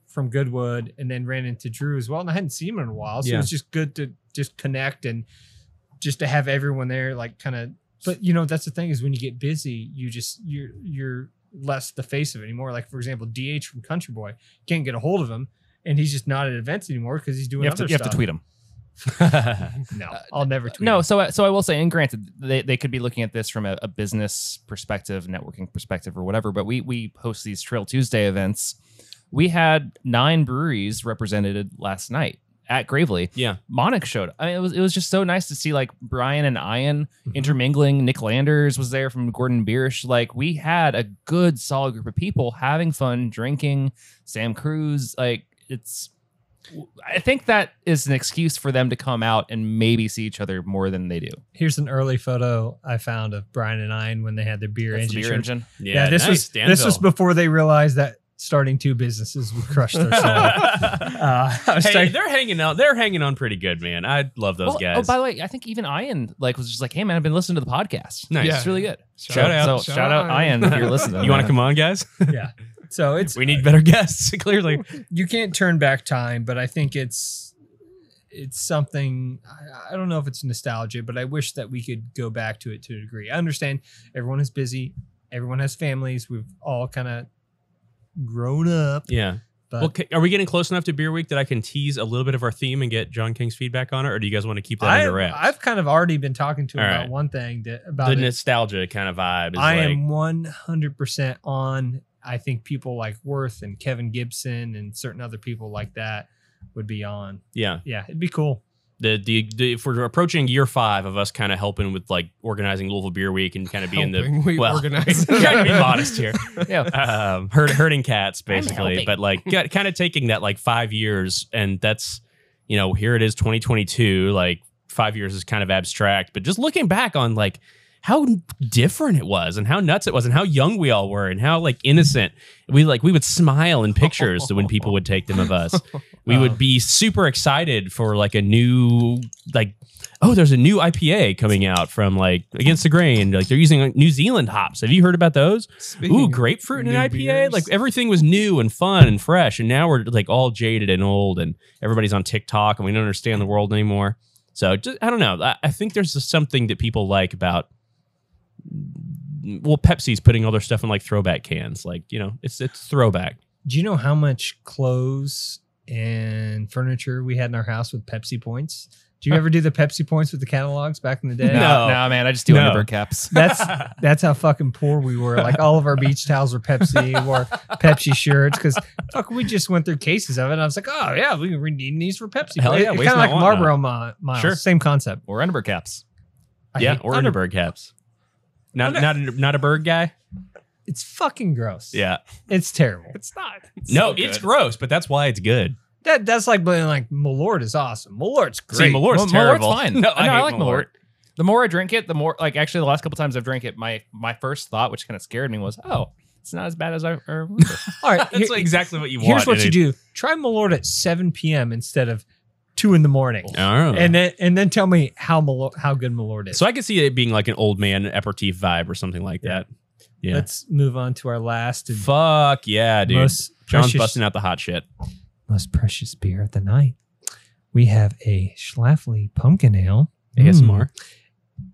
from Goodwood, and then ran into Drew as well. And I hadn't seen him in a while, so Yeah. it was just good to just connect and just to have everyone there, like kind of. But you know, that's the thing is when you get busy, you just you're you're less the face of it anymore. Like for example, DH from Country Boy can't get a hold of him. And he's just not at events anymore because he's doing You have to other you have stuff. to tweet them. No, I'll never tweet. uh, No, him. so I- so I will say, and granted, they, they could be looking at this from a, a business perspective, networking perspective, or whatever. But we we host these Trail Tuesday events. We had nine breweries represented last night at Gravely. Yeah. Monic showed. up. I mean, it was it was just so nice to see like Brian and Ian intermingling. Nick Landers was there from Gordon Biersch. Like we had a good solid group of people having fun, drinking. Sam Cruz, like it's. I think that is an excuse for them to come out and maybe see each other more than they do. Here's an early photo I found of Brian and I when they had their beer That's engine. the beer shirt. engine. Yeah, this was this was before they realized that starting two businesses would crush their soul. uh, I was hey, like, they're hanging out. They're hanging on pretty good, man. I love those Well, guys. Oh, by the way, I think even Ian like was just like, "Hey man, I've been listening to the podcast. Nice. It's really good." Shout So- out. so Shout shout out, out. Ian, if you're listening. you want to come on, guys? yeah. So it's We need better guests. Clearly, you can't turn back time, but I think it's it's something I, I don't know if it's nostalgia, but I wish that we could go back to it to a degree. I understand everyone is busy, everyone has families, we've all kind of grown up, yeah. but Well, ca- are we getting close enough to Beer Week that I can tease a little bit of our theme and get John King's feedback on it, or do you guys want to keep that I, under wraps? I've kind of already been talking to him All about right. one thing that about the it. nostalgia kind of vibe. Is I like, am one hundred percent on. I think people like Worth and Kevin Gibson and certain other people like that would be on. Yeah. Yeah, it'd be cool. The, the the if we're approaching year five of us kind of helping with like organizing Louisville Beer Week and kind of being the Helping we well, organize. trying to be modest here. Yeah. um, hurt, hurting cats basically, helping. but like kind of taking that like five years, and that's you know here it is 2022. Like five years is kind of abstract, but just looking back on like how different it was and how nuts it was and how young we all were and how like innocent we like we would smile in pictures when people would take them of us we would be super excited for like a new like oh there's a new ipa coming out from like against the grain like they're using like, new zealand hops have you heard about those Speaking ooh of grapefruit in an new ipa beers. like everything was new and fun and fresh and now we're like all jaded and old and everybody's on tiktok and we don't understand the world anymore so just, i don't know I, I think there's just something that people like about well pepsi's putting all their stuff in like throwback cans like you know it's it's throwback Do you know how much clothes and furniture we had in our house with Pepsi points? Do you ever do the Pepsi points with the catalogs back in the day? No. No, no, man, I just do No. underbird caps. That's that's how fucking poor we were. Like all of our beach towels were Pepsi, wore Pepsi shirts because fuck, we just went through cases of it. And I was like, oh yeah, we were needing these for Pepsi. Hell yeah, kind waste of not, like want Marlboro mi- miles, Sure. same concept. Or underbird caps. I yeah hate- or underberg caps not not not a bird guy it's fucking gross. yeah it's terrible. It's not. so no it's good. gross but that's why it's good That that's like being like Malort is awesome. Malort's great. see malort's Well, terrible Malort's fine. no i, No, I hate like malort Malort. The more I drink it, the more like actually the last couple times I've drank it, my my first thought, which kind of scared me, was, oh, it's not as bad as I or remember. All right, that's here- exactly what you want here's what and you it- do: try Malort at 7 p.m. instead of two in the morning, Oh. and then and then tell me how Malort, how good Malort is. so I could see it being like an old man aperitif vibe or something like that. Yeah. let's move on to our last and Fuck yeah, dude. most John's precious, Mm, busting out the hot shit. most precious beer of the night. We have a Schlafly Pumpkin Ale. Mm, ASMR.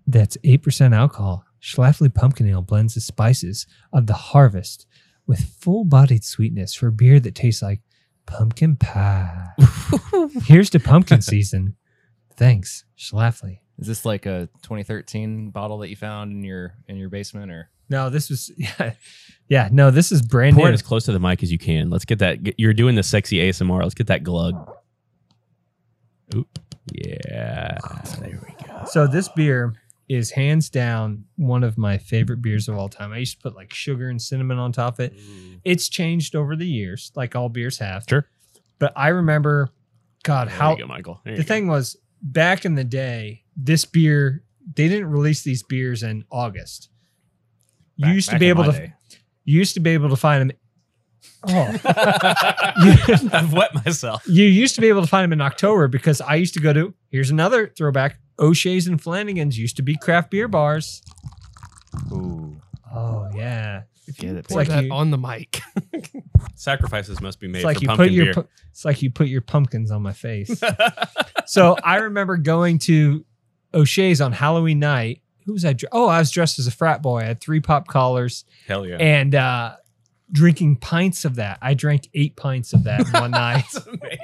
that's eight percent alcohol. Schlafly Pumpkin Ale blends the spices of the harvest with full-bodied sweetness for a beer that tastes like pumpkin pie. Here's to pumpkin season. Thanks, Schlafly. Is this like a 2013 bottle that you found in your in your basement or No, this was yeah, yeah. No, this is brand Pour it new. as close to the mic as you can. Let's get that. You're doing the sexy ASMR. Let's get that glug. Oop. Yeah. Oh, There we go. So this beer is hands down one of my favorite beers of all time. I used to put like sugar and cinnamon on top of it. It's changed over the years, like all beers have. Sure. But I remember, God, There how you go, Michael. the thing was back in the day, this beer they didn't release these beers in August. you used to be able to you used to be able to find them. Oh, I've wet myself. you used to be able to find them in October because I used to go to here's another throwback. O'Shea's and Flanagan's used to be craft beer bars. Ooh. Oh yeah. Get it, It's baby. like that you- on the mic. Sacrifices must be made It's like for you pumpkin put your beer. pu- it's like you put your pumpkins on my face. so I remember going to O'Shea's on Halloween night. Who was I? dr- Oh, I was dressed as a frat boy. I had three pop collars Hell yeah. and uh, drinking pints of that. I drank eight pints of that in one night.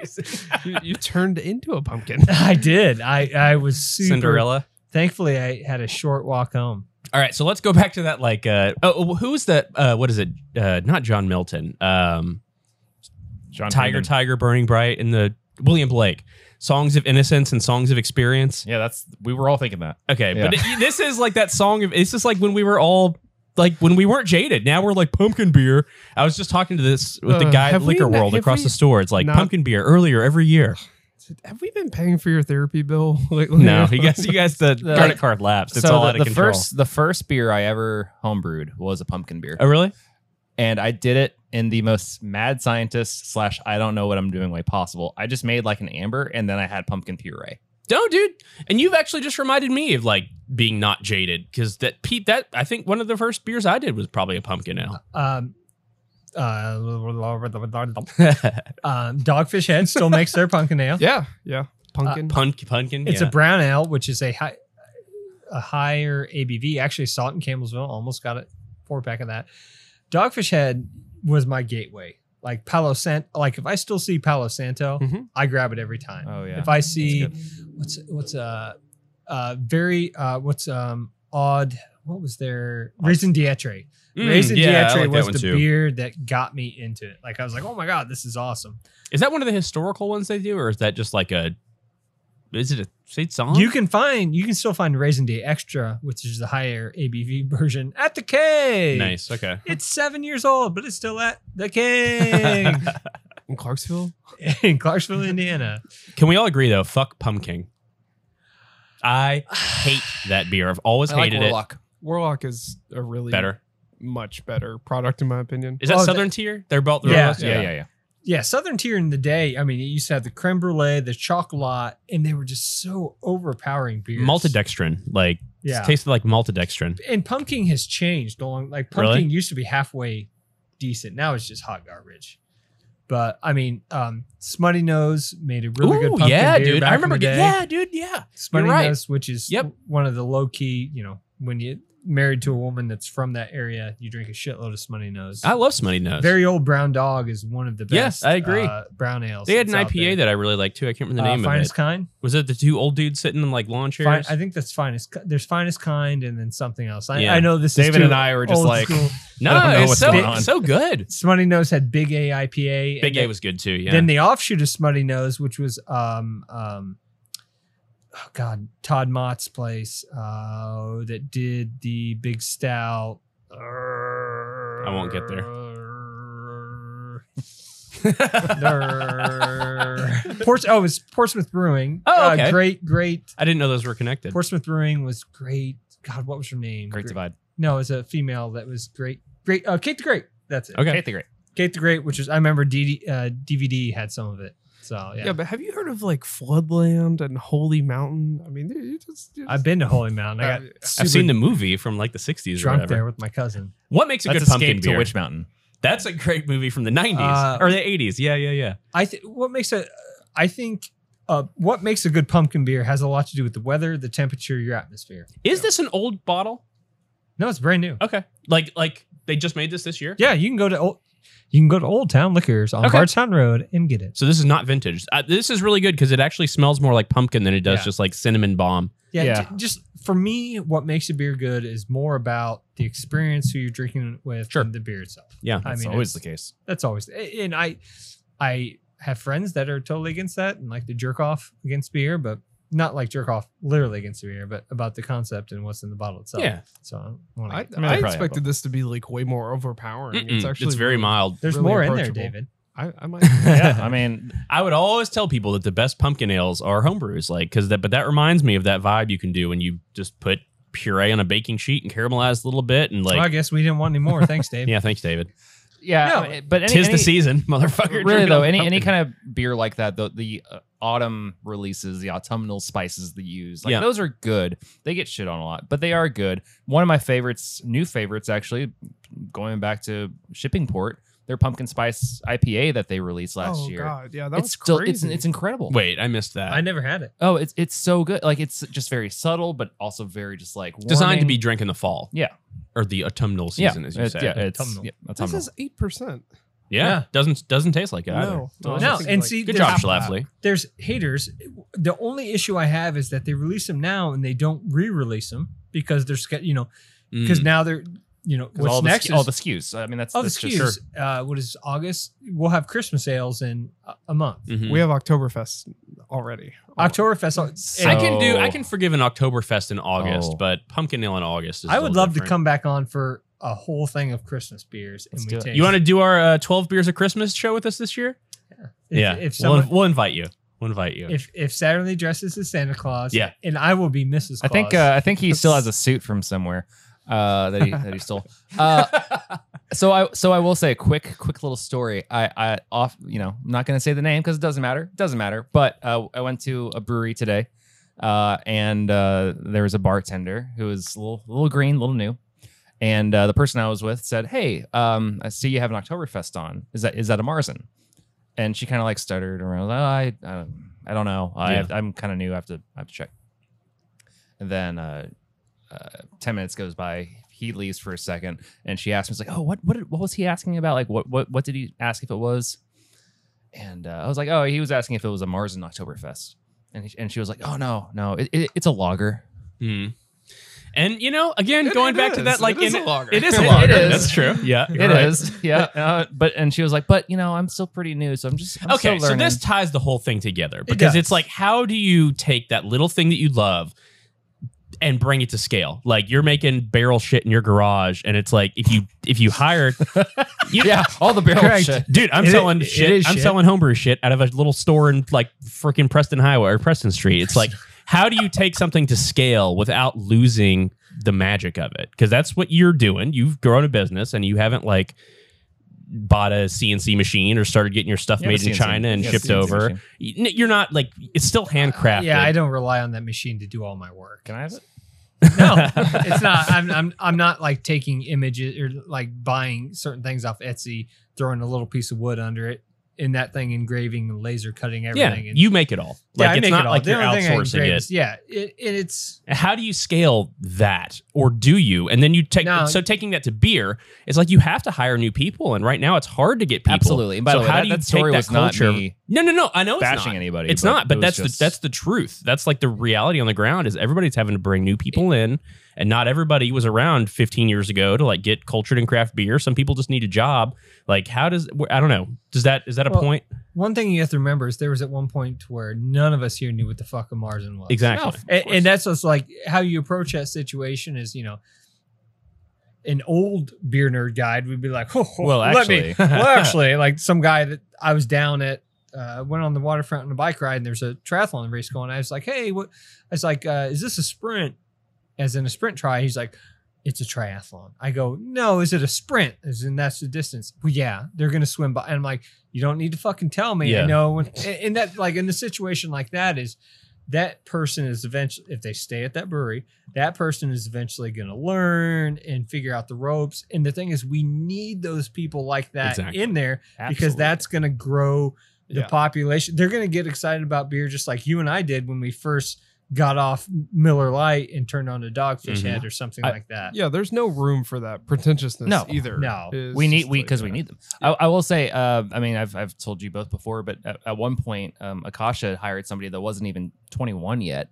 you, you turned into a pumpkin. I did. I I was super. Cinderella. Thankfully, I had a short walk home. All right, so let's go back to that. Like, uh, oh, who was that? Uh, what is it? Uh, not John Milton. Um, John Tiger, Freeman. Tiger, Burning Bright, and the William Blake songs of innocence and songs of experience. Yeah, that's we were all thinking that. Okay, but Yeah. it- this is like that song of. It's just like when we were all like when we weren't jaded. Now we're like pumpkin beer. I was just talking to this with the Uh, guy at have we Liquor not- World have across we the store. It's like not- pumpkin beer earlier every year. Have we been paying for your therapy bill lately? No, you guys, you guys, the credit card lapsed. It's all the, out of the control. first the first beer I ever homebrewed was a pumpkin beer. oh, really? and I did it in the most mad scientist slash I don't know what I'm doing way possible. I just made like an amber and then I had pumpkin puree. No, dude. And you've actually just reminded me of like being not jaded because that Pete, that I think one of the first beers I did was probably a pumpkin ale. Um, uh, um, Dogfish Head still makes their pumpkin ale. Yeah, yeah. Pumpkin. Punk, pumpkin. It's yeah. a brown ale, which is a high, a higher ABV. Actually, Salt and Campbellsville almost got a four pack of that. Dogfish Head was my gateway. Like Palo Santo, like if I still see Palo Santo, Mhm. I grab it every time. Oh yeah. If I see what's what's uh uh very uh what's um odd what was their Raisin Dietre. Mm, Raisin yeah, I Dietre like that was one the too. beer that got me into it. Like I was like, oh my god, this is awesome. Is that one of the historical ones they do, or is that just like a? Is it a state song? You can find you can still find Raisin Day Extra, which is the higher ABV version at the K. nice. Okay. It's seven years old, but it's still at the King in Clarksville? in Clarksville, Indiana. Can we all agree though? Fuck pumpkin. I hate that beer. I've always hated it. Warlock is a really Better. much better product in my opinion. Is that Oh, that- Southern tier? They're both. Yeah. they're- yeah, yeah, yeah. Yeah, Southern Tier in the day, I mean, it used to have the creme brulee, the chocolat, and they were just so overpowering beers. Maltodextrin, like Yeah. it tasted like maltodextrin. and pumpkin has changed along like Really? pumpkin used to be halfway decent now it's just hot garbage but i mean um smutty nose made a really good pumpkin yeah, beer dude. back I remember. in the get- day. Yeah, dude. Yeah. smutty you're right. nose which is Yep. one of the low-key you know when you married to a woman that's from that area you drink a shitload of smutty nose I love Smutty Nose. very old brown dog is one of the Yeah, best I agree. uh, brown ales they had an that's out IPA there. that I really liked too. I can't remember the Uh, name of it. finest kind Was it the two old dudes sitting in like lawn Fine, chairs? I think that's finest. ki- There's finest kind, and then something else. I, Yeah. I know this. is David too and I were just old like, school. I no, don't know it's what's so, going on. so good. Smutty Nose had Big A IPA. and Big A then- was good too. Yeah. Then the offshoot of Smutty Nose, which was um um oh god, Todd Mott's place uh that did the Big Stout. I won't get Ports- oh, it was Portsmouth Brewing. Oh, Uh, okay. great, great. I didn't know those were connected. Portsmouth Brewing was great. God, what was her name? Great divide. No, it was a female that was great. Great. Uh, Kate the Great. That's it. Okay. Kate the Great. Kate the Great, which is I remember DD, uh, DVD had some of it. So yeah, Yeah. but have you heard of like Floodland and Holy Mountain? I mean, dude, you just, you I've just- been to Holy Mountain. I uh, got I've seen the movie from like the 60s or drunk whatever. there with my cousin. What makes a That's good pumpkin Escape to beer? Witch Mountain. That's a great movie from the 90s Uh, or the 80s. Yeah, yeah, yeah. I th- what makes a I think uh, what makes a good pumpkin beer has a lot to do with the weather, the temperature, your atmosphere. Is this an old bottle? No, it's brand new. Okay. Like like they just made this this year? Yeah, you can go to old, you can go to Old Town Liquors on Okay. Bardstown Road and get it. So this is not vintage. Uh, this is really good because it actually smells more like pumpkin than it does Yeah. just like cinnamon bomb. Yeah, Yeah. j- just for me, what makes a beer good is more about the experience who you're drinking it with Sure. than the beer itself. Yeah. I That's mean, always it's- the case. that's always and i i have friends that are totally against that and like to jerk off against beer but not like jerk off literally against beer but about the concept and what's in the bottle itself Yeah. so I wanna I, get- I, probably have expected both. this to be like way more overpowering. Mm-mm. It's, actually very really- mild. there's really more in there approachable. david I, I might. yeah, I mean, I would always tell people that the best pumpkin ales are homebrews, like because that. But that reminds me of that vibe you can do when you just put puree on a baking sheet and caramelize a little bit and like. well, i guess we didn't want any more thanks dave yeah, thanks, David. yeah, No, I mean, but any, Tis any- the season, motherfucker. Really Drink though, up any any pumpkin. kind of beer like that, the the uh, autumn releases, the autumnal spices they use, like Yeah. those are good. They get shit on a lot, but they are good. One of my favorites, new favorites actually, going back to shipping port, their pumpkin spice IPA that they released last oh year. god, yeah, that It's was still crazy. it's it's incredible. Wait, I missed that. i never had it Oh, it's it's so good. Like it's just very subtle, but also very just like Designed to warming. be drunk in the fall. Yeah. Or the autumnal yeah, season, as you it's- said. yeah, Yeah. it's Autumnal. yeah, this autumnal. is eight percent. Yeah. Doesn't doesn't taste like it either. No, no, I think, and like- see Good there's- job, Schlafly. there's haters the only issue i have is that they release them now and they don't re-release them because they're sca- you know Mm. because now they're you know 'Cause what's all the, next ske- is all the SKUs. I mean, that's, Oh, the that's SKUs. just Uh, what is August? We'll have Christmas sales in a- a month. Mm. Mm-hmm. Mm. we have Oktoberfest already. Oktoberfest. oh, So- I can do. I So- can forgive an Oktoberfest in August, Oh. but pumpkin ale in August is. I a would little love to different. come back on for a whole thing of Christmas beers. Let's and do we it. taste. You want to do our uh, twelve beers of Christmas show with us this year? If, yeah. If we'll, someone, we'll invite you. We'll invite you. if if Saturday dresses as Santa Claus, Yeah. and I will be Mrs. Claus. I think uh, I think he still has a suit from somewhere uh, that he that he stole. Uh, so I so I will say a quick quick little story. I I off you know I'm not going to say the name because it doesn't matter doesn't matter. But uh, I went to a brewery today, uh, and uh, there was a bartender who was a little little green, little new. And uh, the person I was with said, "Hey, um, I see you have an Oktoberfest on. Is that is that a Marzen?" And she kind of like stuttered around. Oh, I, I don't- I don't know. I Yeah. have, I'm kind of new. I have to I have to check. And then uh, uh, ten minutes goes by. He leaves for a second, and she asks me, "It's like, oh, what, what, what was he asking about? Like, what, what, what did he ask if it was?" And uh, I was like, "Oh, he was asking if it was a Mars and Oktoberfest." And he, and she was like, "Oh no, no, it, it, it's a lager." Hmm. And you know, again, It- going it back to is. that, like it is in- a lager. it is a It lager. is. That's true. Yeah, It is, yeah. Uh, but and she was like, "But you know, I'm still pretty new, so I'm just I'm okay, Still so learning." this ties the whole thing together does. because it's like, how do you take that little thing that you love and bring it to scale? Like you're making barrel shit in your garage, and it's like if you if you hire, you, yeah, all the barrel Correct. shit. dude, I'm It- selling it shit. is I'm shit. selling homebrew shit out of a little store in like freaking Preston Highway or Preston Street. It's like how do you take something to scale without losing the magic of it? Because that's what you're doing. You've grown a business and you haven't like bought a CNC machine or started getting your stuff Yeah, made the in CNC China and yeah, shipped CNC over. machine. Y- You're not like it's still handcrafted. Uh, Yeah, I don't rely on that machine to do all my work. Can I have it? No, it's not. I'm, I'm I'm not like taking images or like buying certain things off Etsy, throwing a little piece of wood under it, and that thing engraving and laser cutting yeah, everything. and, you make it all. Yeah, Like I it's make not it all. like The you're only thing I outsourcing engrave it. is- Yeah, it, and it's How do you scale that, or do you? And then you take No. so taking that to beer is like you have to hire new people, and right now it's hard to get people. Absolutely. And by so the way, how that, do you that story take that was culture? not me no, no, no. I know it's bashing not. anybody. It's not, it but was that's just- the that's the truth. That's like the reality on the ground is everybody's having to bring new people in, and not everybody was around 15 years ago to like get cultured in craft beer. Some people just need a job. Like, how does wh- I don't know? Does that is that a Well, point? one thing you have to remember is there was at one point where none of us here knew what the fuck a Marzen was. Exactly. and, and that's what's like how you approach that situation is you know an old beer nerd guide would be like oh Well, let me- actually. well actually like some guy that i was down at uh, went on the waterfront on a bike ride and there's a triathlon race going i was like hey what i was like uh, is this a sprint as in a sprint try he's like it's a triathlon i go no is it a sprint as in that's the distance well yeah they're gonna swim by and i'm like you don't need to fucking tell me Yeah. i know and, and that like in a situation like that is that person is eventually if they stay at that brewery that person is eventually going to learn and figure out the ropes and the thing is we need those people like that Exactly. in there because Absolutely. that's going to grow the Yeah. population they're going to get excited about beer just like you and i did when we first got off miller light and turned on a dogfish Mhm. head or something I- like that Yeah, there's no room for that pretentiousness No, either. Uh, no. It's we need just we like, because we uh, need them. I, I will say, uh, I mean, I've I've told you both before, but at, at one point, um, Akasha hired somebody that wasn't even 21 yet,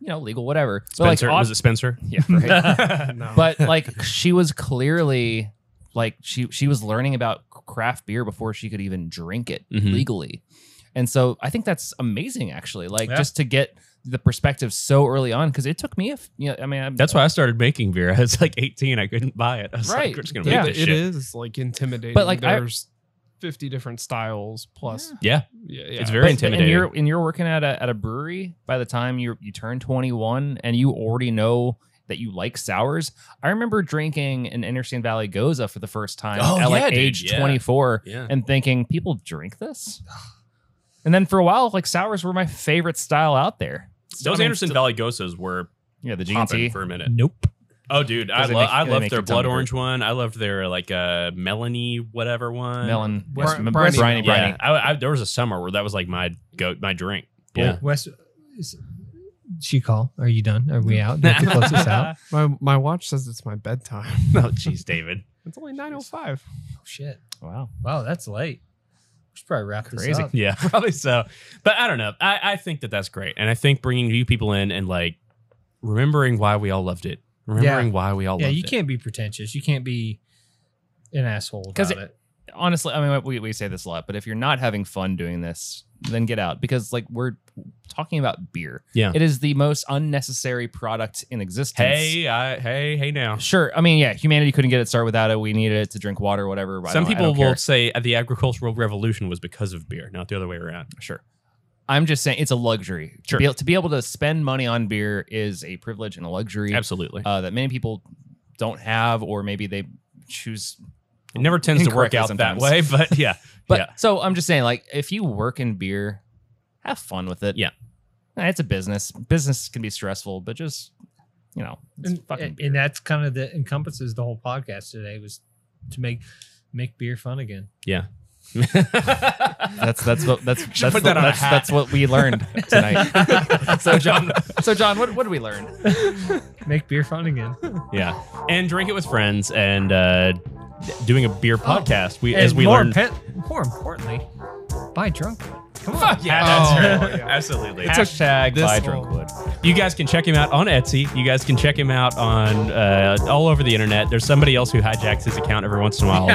you know, legal, whatever. But, like, Spencer ob- was it Spencer? Mm-hmm. yeah, right. no. but like she was clearly like she she was learning about craft beer before she could even drink it Mhm. legally and so i think that's amazing actually like Yeah. just to get the perspective so early on because it took me a f- you know i mean I'm, That's why I started making beer. I was like 18. I couldn't buy it. I was Right. like, we're just gonna Yeah. make this it shit. is like intimidating. But, like, I- there's 50 different styles plus. Yeah, Yeah, yeah. it's very But- but- intimidating. And you're, and you're working at a, at a brewery by the time you you turn 21 and you already know that you like sours. I remember drinking an Interstate Valley Goza for the first time Oh, at yeah, like dude, age yeah. 24 Yeah. and thinking, people drink this? And then for a while, like sours were my favorite style out there. Those Anderson Valley Gosas were Yeah, the popping GT. for a minute. nope Oh, dude, I, Does it lo- make- I they loved make their your tummy blood hurt? orange one. I loved their like uh, Melanie whatever one. Melon, Bri- Bri- Briny. Briny, Briny, Yeah, I, I, there was a summer where that was like my go my drink. Yeah. west is, she call are you done are we out Do we have to close this out My, my watch says it's my bedtime. oh, jeez, David. It's only 9.05. oh shit Wow. wow that's late we should probably wrap this Crazy. up Yeah, probably so. But I don't know. I, I think that that's great, and I think bringing new people in and like remembering why we all loved it, remembering why we all yeah loved you it. can't be pretentious you can't be an asshole 'Cause about it, honestly, I mean, we, we say this a lot, but if you're not having fun doing this, then get out because like we're talking about beer. Yeah. It is the most unnecessary product in existence. Hey, I, hey, hey, now. Sure. I mean, yeah, humanity couldn't get its start without it. We needed it to drink water, whatever. I Some don't- I people don't will care. say uh, the agricultural revolution was because of beer, not the other way around. Sure. I'm just saying it's a luxury. Sure. To be, able, to be able to spend money on beer is a privilege and a luxury Absolutely. uh, that many people don't have, or maybe they choose it never tends to work incorrectly out that sometimes. way, but yeah. But Yeah. so I'm just saying, like, if you work in beer, have fun with it. Yeah. Eh, It's a business. Business can be stressful, but just you know, it's and, eh, fucking and- beer. and that's kind of the encompasses the whole podcast today was to make make beer fun again Yeah. that's that's what that's Should that's put the- that on a that's, hat. that's what we learned tonight. so John, so John, what what did we learn? make beer fun again yeah. And drink it with friends and uh, d- doing a beer podcast. we And as we more learned. impe- more importantly buy drunk come on yeah, that's right. Absolutely. Hashtag this buy whole- drunkwood. You guys can check him out on Etsy. You guys can check him out on uh, all over the internet. There's somebody else who hijacks his account every once in a while.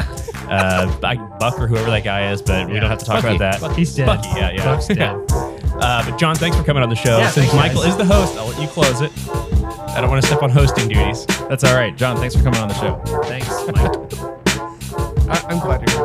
uh, I- Buck or whoever that guy is, but we don't have to talk Bucky. about that. he's dead Bucky, yeah, yeah. Buck's dead. Uh, but John, thanks for coming on the show. Yeah, Since thank you, Michael guys. is the host, I'll let you close it. I don't want to step on hosting duties. That's all right, John. Thanks for coming on the show. thanks mike I, I'm glad you're